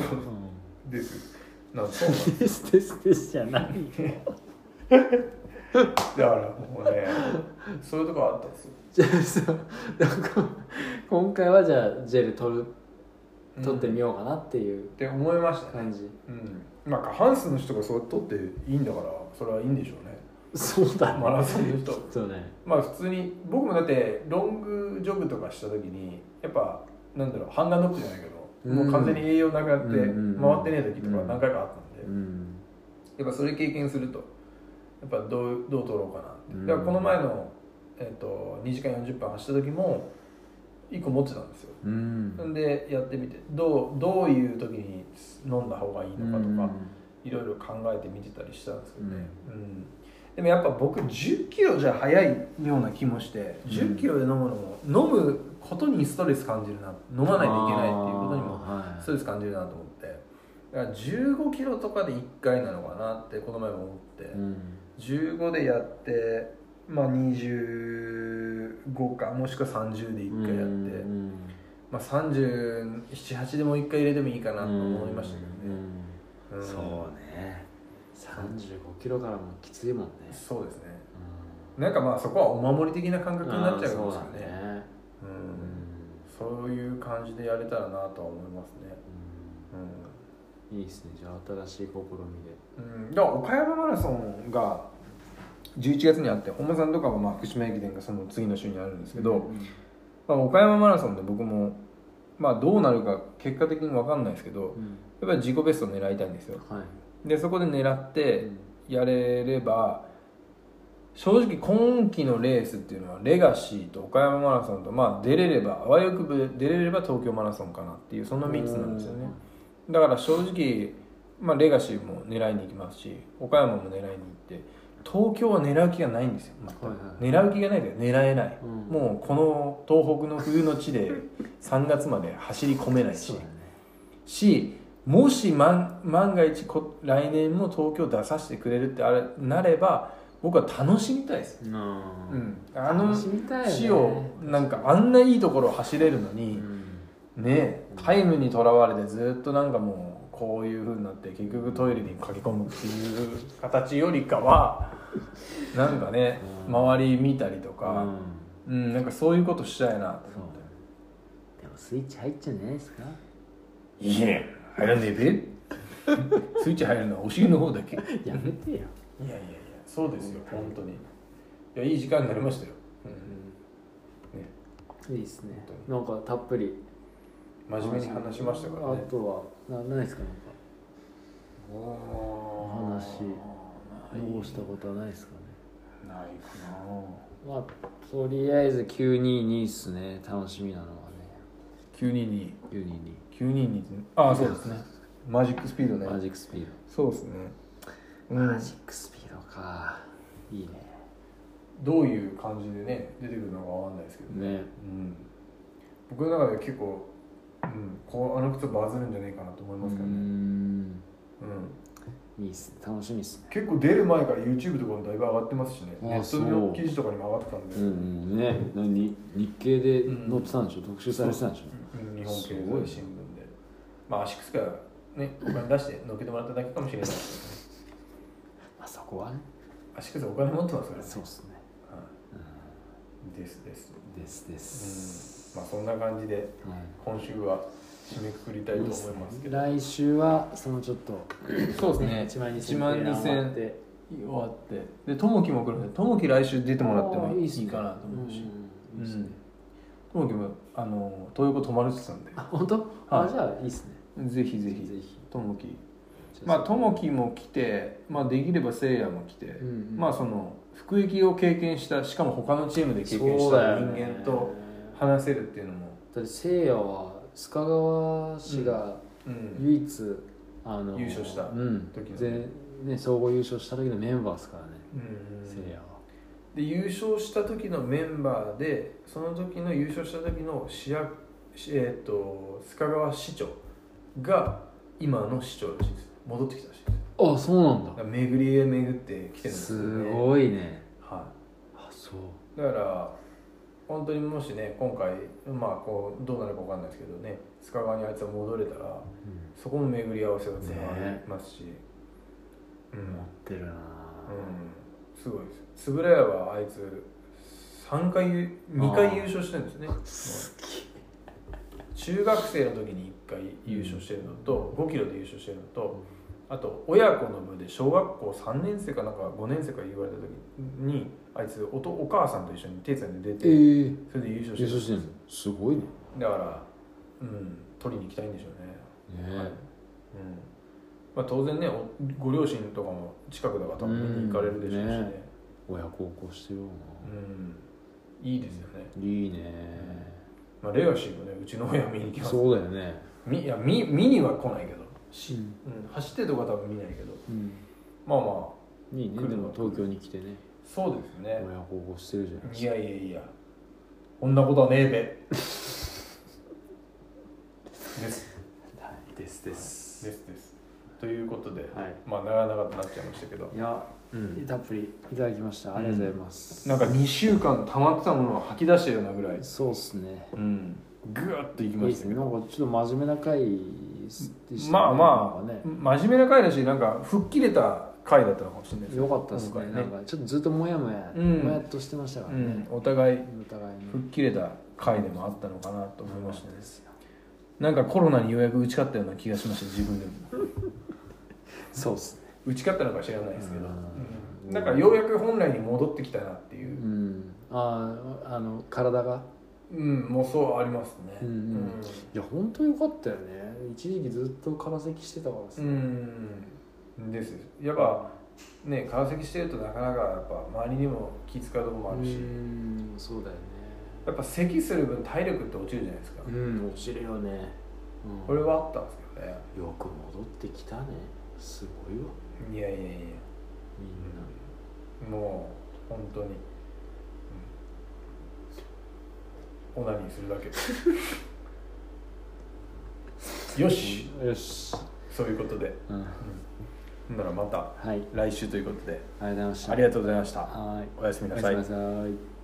Speaker 1: ですなんかそうなんです
Speaker 2: ん、ですですですじゃないよ
Speaker 1: だからもうねそういうとこあったんですよ
Speaker 2: じゃあそうだからこ今回はじゃあジェル取る取ってみようかなっていう
Speaker 1: って思いましたね
Speaker 2: 感じ、
Speaker 1: うんまあ過半数の人がそう取っていいんだからそれはいいんでしょう ね
Speaker 2: そうだね
Speaker 1: マラソンの
Speaker 2: きっ
Speaker 1: 人
Speaker 2: とね
Speaker 1: まあ普通に僕もだってロングジョグとかした時にやっぱなんだろうハンガーノックじゃないけどもう完全に栄養なくなって回
Speaker 2: うん
Speaker 1: ってねえ時とか何回かあった
Speaker 2: うん
Speaker 1: でや
Speaker 2: ん
Speaker 1: っぱそれ経験するとやっぱどうどう取ろうかなって、
Speaker 2: うん
Speaker 1: だからこの前の、えっと2時間40分走った時も1個持ってたんですよ
Speaker 2: うん
Speaker 1: んでやってみてどうどういう時に飲んだ方がいいのかとかいろいろ考えてみてたりしたんですけどね、うんでもやっぱ僕1 0キロじゃ早いような気もして
Speaker 2: うん
Speaker 1: 1 0キロで飲むのも飲むことにストレス感じるな飲まないといけないっていうことにも
Speaker 2: あーはい
Speaker 1: ストレス感じるなと思ってだから1 5キロとかで1回なのかなってこの前も思って、
Speaker 2: うん
Speaker 1: 15でやってまあ25かもしくは30で1回やって。
Speaker 2: うん
Speaker 1: まあ、378でもう1回入れてもいいかなと思いましたけどね、
Speaker 2: うん
Speaker 1: ん
Speaker 2: そうね3 5キロからもきついもんね
Speaker 1: そうですね
Speaker 2: う
Speaker 1: なんかまあそこはお守り的な感覚
Speaker 2: ん
Speaker 1: になっちゃうか
Speaker 2: あー
Speaker 1: も
Speaker 2: そ
Speaker 1: し
Speaker 2: う
Speaker 1: れないね
Speaker 2: だね
Speaker 1: う
Speaker 2: うん
Speaker 1: んそういう感じでやれたらなとは思いますね
Speaker 2: うんいいですねじゃあ新しい試みで
Speaker 1: うん、うん、だから岡山マラソンが11月にあって本間さんとかはまあ福島駅伝がその次の週にあるんですけど、まあ、岡山マラソンで僕もまあどうなるか結果的に分かんないですけど
Speaker 2: うん
Speaker 3: やっぱり自己ベストを狙いたいんですよ
Speaker 2: はい
Speaker 3: でそこで狙って
Speaker 2: うん
Speaker 3: やれれば正直今期のレースっていうのはレガシーと岡山マラソンとまあ出れればあわよくば出れれば東京マラソンかなっていうその3つなんですよねだから正直、まあ、レガシーも狙いに行きますし岡山も狙いに行って東京は狙う気がないんですよ全く
Speaker 2: はいはい
Speaker 3: 狙う気がないというか狙えない、
Speaker 2: うん
Speaker 3: もうこの東北の冬の地で3月まで走り込めないし
Speaker 2: そうだね
Speaker 3: し
Speaker 1: もし万万が一こ来年も東京出させてくれるってあれなれば僕は楽しみたいです、
Speaker 2: うん
Speaker 1: うん、あの
Speaker 2: 楽しみたいよね
Speaker 1: 市をなんかあんないいところを走れるの
Speaker 2: う
Speaker 1: に、
Speaker 2: ん
Speaker 1: ねタイムにとらわれてずっとなんかもうこういうふうになって結局トイレに駆け込むっていう形よりか はなんかね
Speaker 2: うん
Speaker 1: 周り見たりと
Speaker 2: う
Speaker 1: か、う
Speaker 2: ん
Speaker 1: んなんかそういうことしたいなと
Speaker 2: そう
Speaker 1: 思って。
Speaker 2: でもスイッチ入っちゃうんじゃないですか
Speaker 1: いいね入らねえべスイッチ入るのはお尻の方だけいやい
Speaker 2: やめてよ
Speaker 1: やいやそうですよ本当にいやいい時間になりましたよ、うんね、
Speaker 2: いいですねなんかたっぷり
Speaker 1: 真面目に話しましたからね
Speaker 2: あとはな何ですかなんか
Speaker 1: お
Speaker 2: 話どうしたことはないですかね
Speaker 1: ないかな
Speaker 2: まあとりあえず922っすね楽しみなのはね
Speaker 1: 922
Speaker 2: 922
Speaker 1: 922ってああそうですねマジックスピード
Speaker 2: マ
Speaker 1: ね
Speaker 2: ジックスピー
Speaker 1: そうですね
Speaker 2: ド、
Speaker 1: うん
Speaker 2: マジックスピードかいいね
Speaker 1: どういう感じでね出てくるのかわかんないですけどね
Speaker 2: ね
Speaker 1: うん僕の中では結構、うん、こうあの靴バズるんじゃないかなと思いうますけどね、
Speaker 2: ん
Speaker 1: うん、
Speaker 2: いいっす楽しみっすね
Speaker 1: 結構出る前から YouTube とかもだいぶ上がってますしね
Speaker 2: あ
Speaker 1: ネットの記事とかにも上がってたんで、
Speaker 2: うんうんねに日経で載ってたんでしょ、特集されてたんでしょ
Speaker 1: うん日本経済
Speaker 2: すごい
Speaker 1: 新聞でまあ足靴からねお金出してのっけてもらっただけかもしれないです
Speaker 2: まあそこはね
Speaker 1: けどね足靴お金持ってますからね
Speaker 2: そうっすね、
Speaker 1: はい、ですです、
Speaker 2: うん、ですです、
Speaker 1: うん、まあそんな感じで
Speaker 2: はい
Speaker 1: 今週は締めくくりたいと思いますけど
Speaker 2: 来週はそのちょっと
Speaker 1: そうですね
Speaker 2: 1万2000
Speaker 1: 1万2000
Speaker 2: 終わって
Speaker 1: 終わってでともきも来るんでともき来週出てもらってもい
Speaker 2: っすね
Speaker 1: いかなと思うし
Speaker 2: うんいいっすね
Speaker 1: ともきもあの東横泊まるって言ってたんで
Speaker 2: あ本当あじゃあいいっすね
Speaker 1: ぜひぜ
Speaker 2: ぜ
Speaker 1: ひ
Speaker 2: ひ
Speaker 1: ともき
Speaker 2: じゃ
Speaker 1: まあともきも来て、まあ、できればせいやも来て、
Speaker 2: うんうん
Speaker 1: まあその服役を経験したしかも他のチームで経験し
Speaker 2: そうだ
Speaker 1: た
Speaker 2: よ
Speaker 1: 人
Speaker 2: ね
Speaker 1: 間と話せるっていうのも
Speaker 2: だってせいやは須賀川氏が
Speaker 1: うん、
Speaker 2: 唯一、あの
Speaker 1: 優勝した
Speaker 2: うん
Speaker 1: 時の
Speaker 2: 全ね総合優勝した時のメンバーですからね
Speaker 1: うん
Speaker 2: せいやは
Speaker 1: で優勝した時のメンバーでその時の優勝した時の市役しえっ、と須賀川市長が今の市長らしいです戻ってきたらしいです
Speaker 2: あそうな
Speaker 1: だ
Speaker 2: ん
Speaker 1: か
Speaker 2: だ
Speaker 1: ら巡りへ巡ってきてるんですよ
Speaker 2: す
Speaker 1: ね
Speaker 2: ごいね
Speaker 1: はい
Speaker 2: あそう
Speaker 1: だから本当にもしね今回まあこうどうなるかわかんないですけどね須賀川にあいつは戻れたら
Speaker 2: うん
Speaker 1: そこも巡り合わせがつながり
Speaker 2: ね
Speaker 1: ますし、うん、うん
Speaker 2: 持ってるなぁ、
Speaker 1: すごいです円谷はあいつ3回ゆ2回優勝してるんですね
Speaker 2: すげえ
Speaker 1: 中学生の時に1回優勝してるのと5キロで優勝してるのとあと親子の部で小学校3年生かなんか5年生か言われた時にあいつおとお母さんと一緒に手伝いで出て、
Speaker 2: ええ
Speaker 1: それで優勝して
Speaker 2: 優
Speaker 1: る
Speaker 2: 勝してるのすごいね
Speaker 1: だから、うん、取りに行きたいんでしょうね。
Speaker 2: ねえ
Speaker 1: はいうんまあ、当然ねおご両親とかも近くだから多分見に行かれるでしょうしね,、
Speaker 2: う
Speaker 1: うんん
Speaker 2: ね親孝行してるよ
Speaker 1: いいですよね、
Speaker 2: な、いいね、
Speaker 1: まあ、レガシーもねうちの親見に行きます
Speaker 2: そうだよね
Speaker 1: みいや見見には来ないけど、
Speaker 2: し、
Speaker 1: うん、走ってるとか多分見ないけど
Speaker 2: うん、
Speaker 1: まあま
Speaker 2: いいね
Speaker 1: 来る
Speaker 2: でも東京に来てね
Speaker 1: あそうですね
Speaker 2: 親孝行してるじゃないです
Speaker 1: い
Speaker 2: か
Speaker 1: やいやいやこんなことはねえべです
Speaker 2: はいですです
Speaker 1: ですですということで、
Speaker 2: はい
Speaker 1: まあ長々となっちゃいましたけど
Speaker 2: いや、
Speaker 1: うん
Speaker 2: たっぷりいただきましたありがとうございます、
Speaker 1: なんか2週間溜まってたものを吐き出したようなぐらい、
Speaker 2: そうっすね
Speaker 1: うん、ぐーっといき
Speaker 2: いい
Speaker 1: ま
Speaker 2: で
Speaker 1: し
Speaker 2: す
Speaker 1: た
Speaker 2: ね
Speaker 1: けど
Speaker 2: なんかちょっと真面目な回でしたね
Speaker 1: まあま
Speaker 2: なんか
Speaker 1: あ、
Speaker 2: ね
Speaker 1: 真面目な回だしなんか吹っ切れた回だったのかもしれないです
Speaker 2: よかったですね
Speaker 1: 今
Speaker 2: な
Speaker 1: 回
Speaker 2: んかちょっとずっともやもや、
Speaker 1: うん
Speaker 2: もやっとしてましたからね、
Speaker 1: うん、お互い
Speaker 2: お互いに
Speaker 1: 吹っ切れた回でもあったのかなと思いましたね
Speaker 2: すよ
Speaker 1: なんかコロナにようやく打ち勝ったような気がしました自分でも
Speaker 2: そうっすね
Speaker 1: 打ち勝ったのか知らないですけど、
Speaker 2: う
Speaker 1: うんんなんかようやく本来に戻ってきたなっていうう、
Speaker 2: んあーあの体が
Speaker 1: うん、もうそうありますね
Speaker 2: うんいや本当良かったよね一時期ずっと空席してたからさ、
Speaker 1: うんですやっぱね川崎してるとなかなかやっぱ周りにも気使うとこもあるし、
Speaker 2: うんそうだよね
Speaker 1: やっぱ咳する分体力って落ちるじゃないですか、
Speaker 2: うん落ちるよね、うん、
Speaker 1: これはあったんですけどね
Speaker 2: よく戻ってきたねすごいわ
Speaker 1: いやいやいや
Speaker 2: みんな
Speaker 1: もう本当に、うん、 オナニーするだけよし
Speaker 2: よし
Speaker 1: そういうことで
Speaker 2: うん、はい
Speaker 1: ならまた
Speaker 2: ありがとう
Speaker 1: 来週ということで
Speaker 2: ございました
Speaker 1: ありがとうございました
Speaker 2: はい
Speaker 1: おやすみ
Speaker 2: お
Speaker 1: な
Speaker 2: やす
Speaker 1: さ
Speaker 2: み
Speaker 1: い
Speaker 2: なさい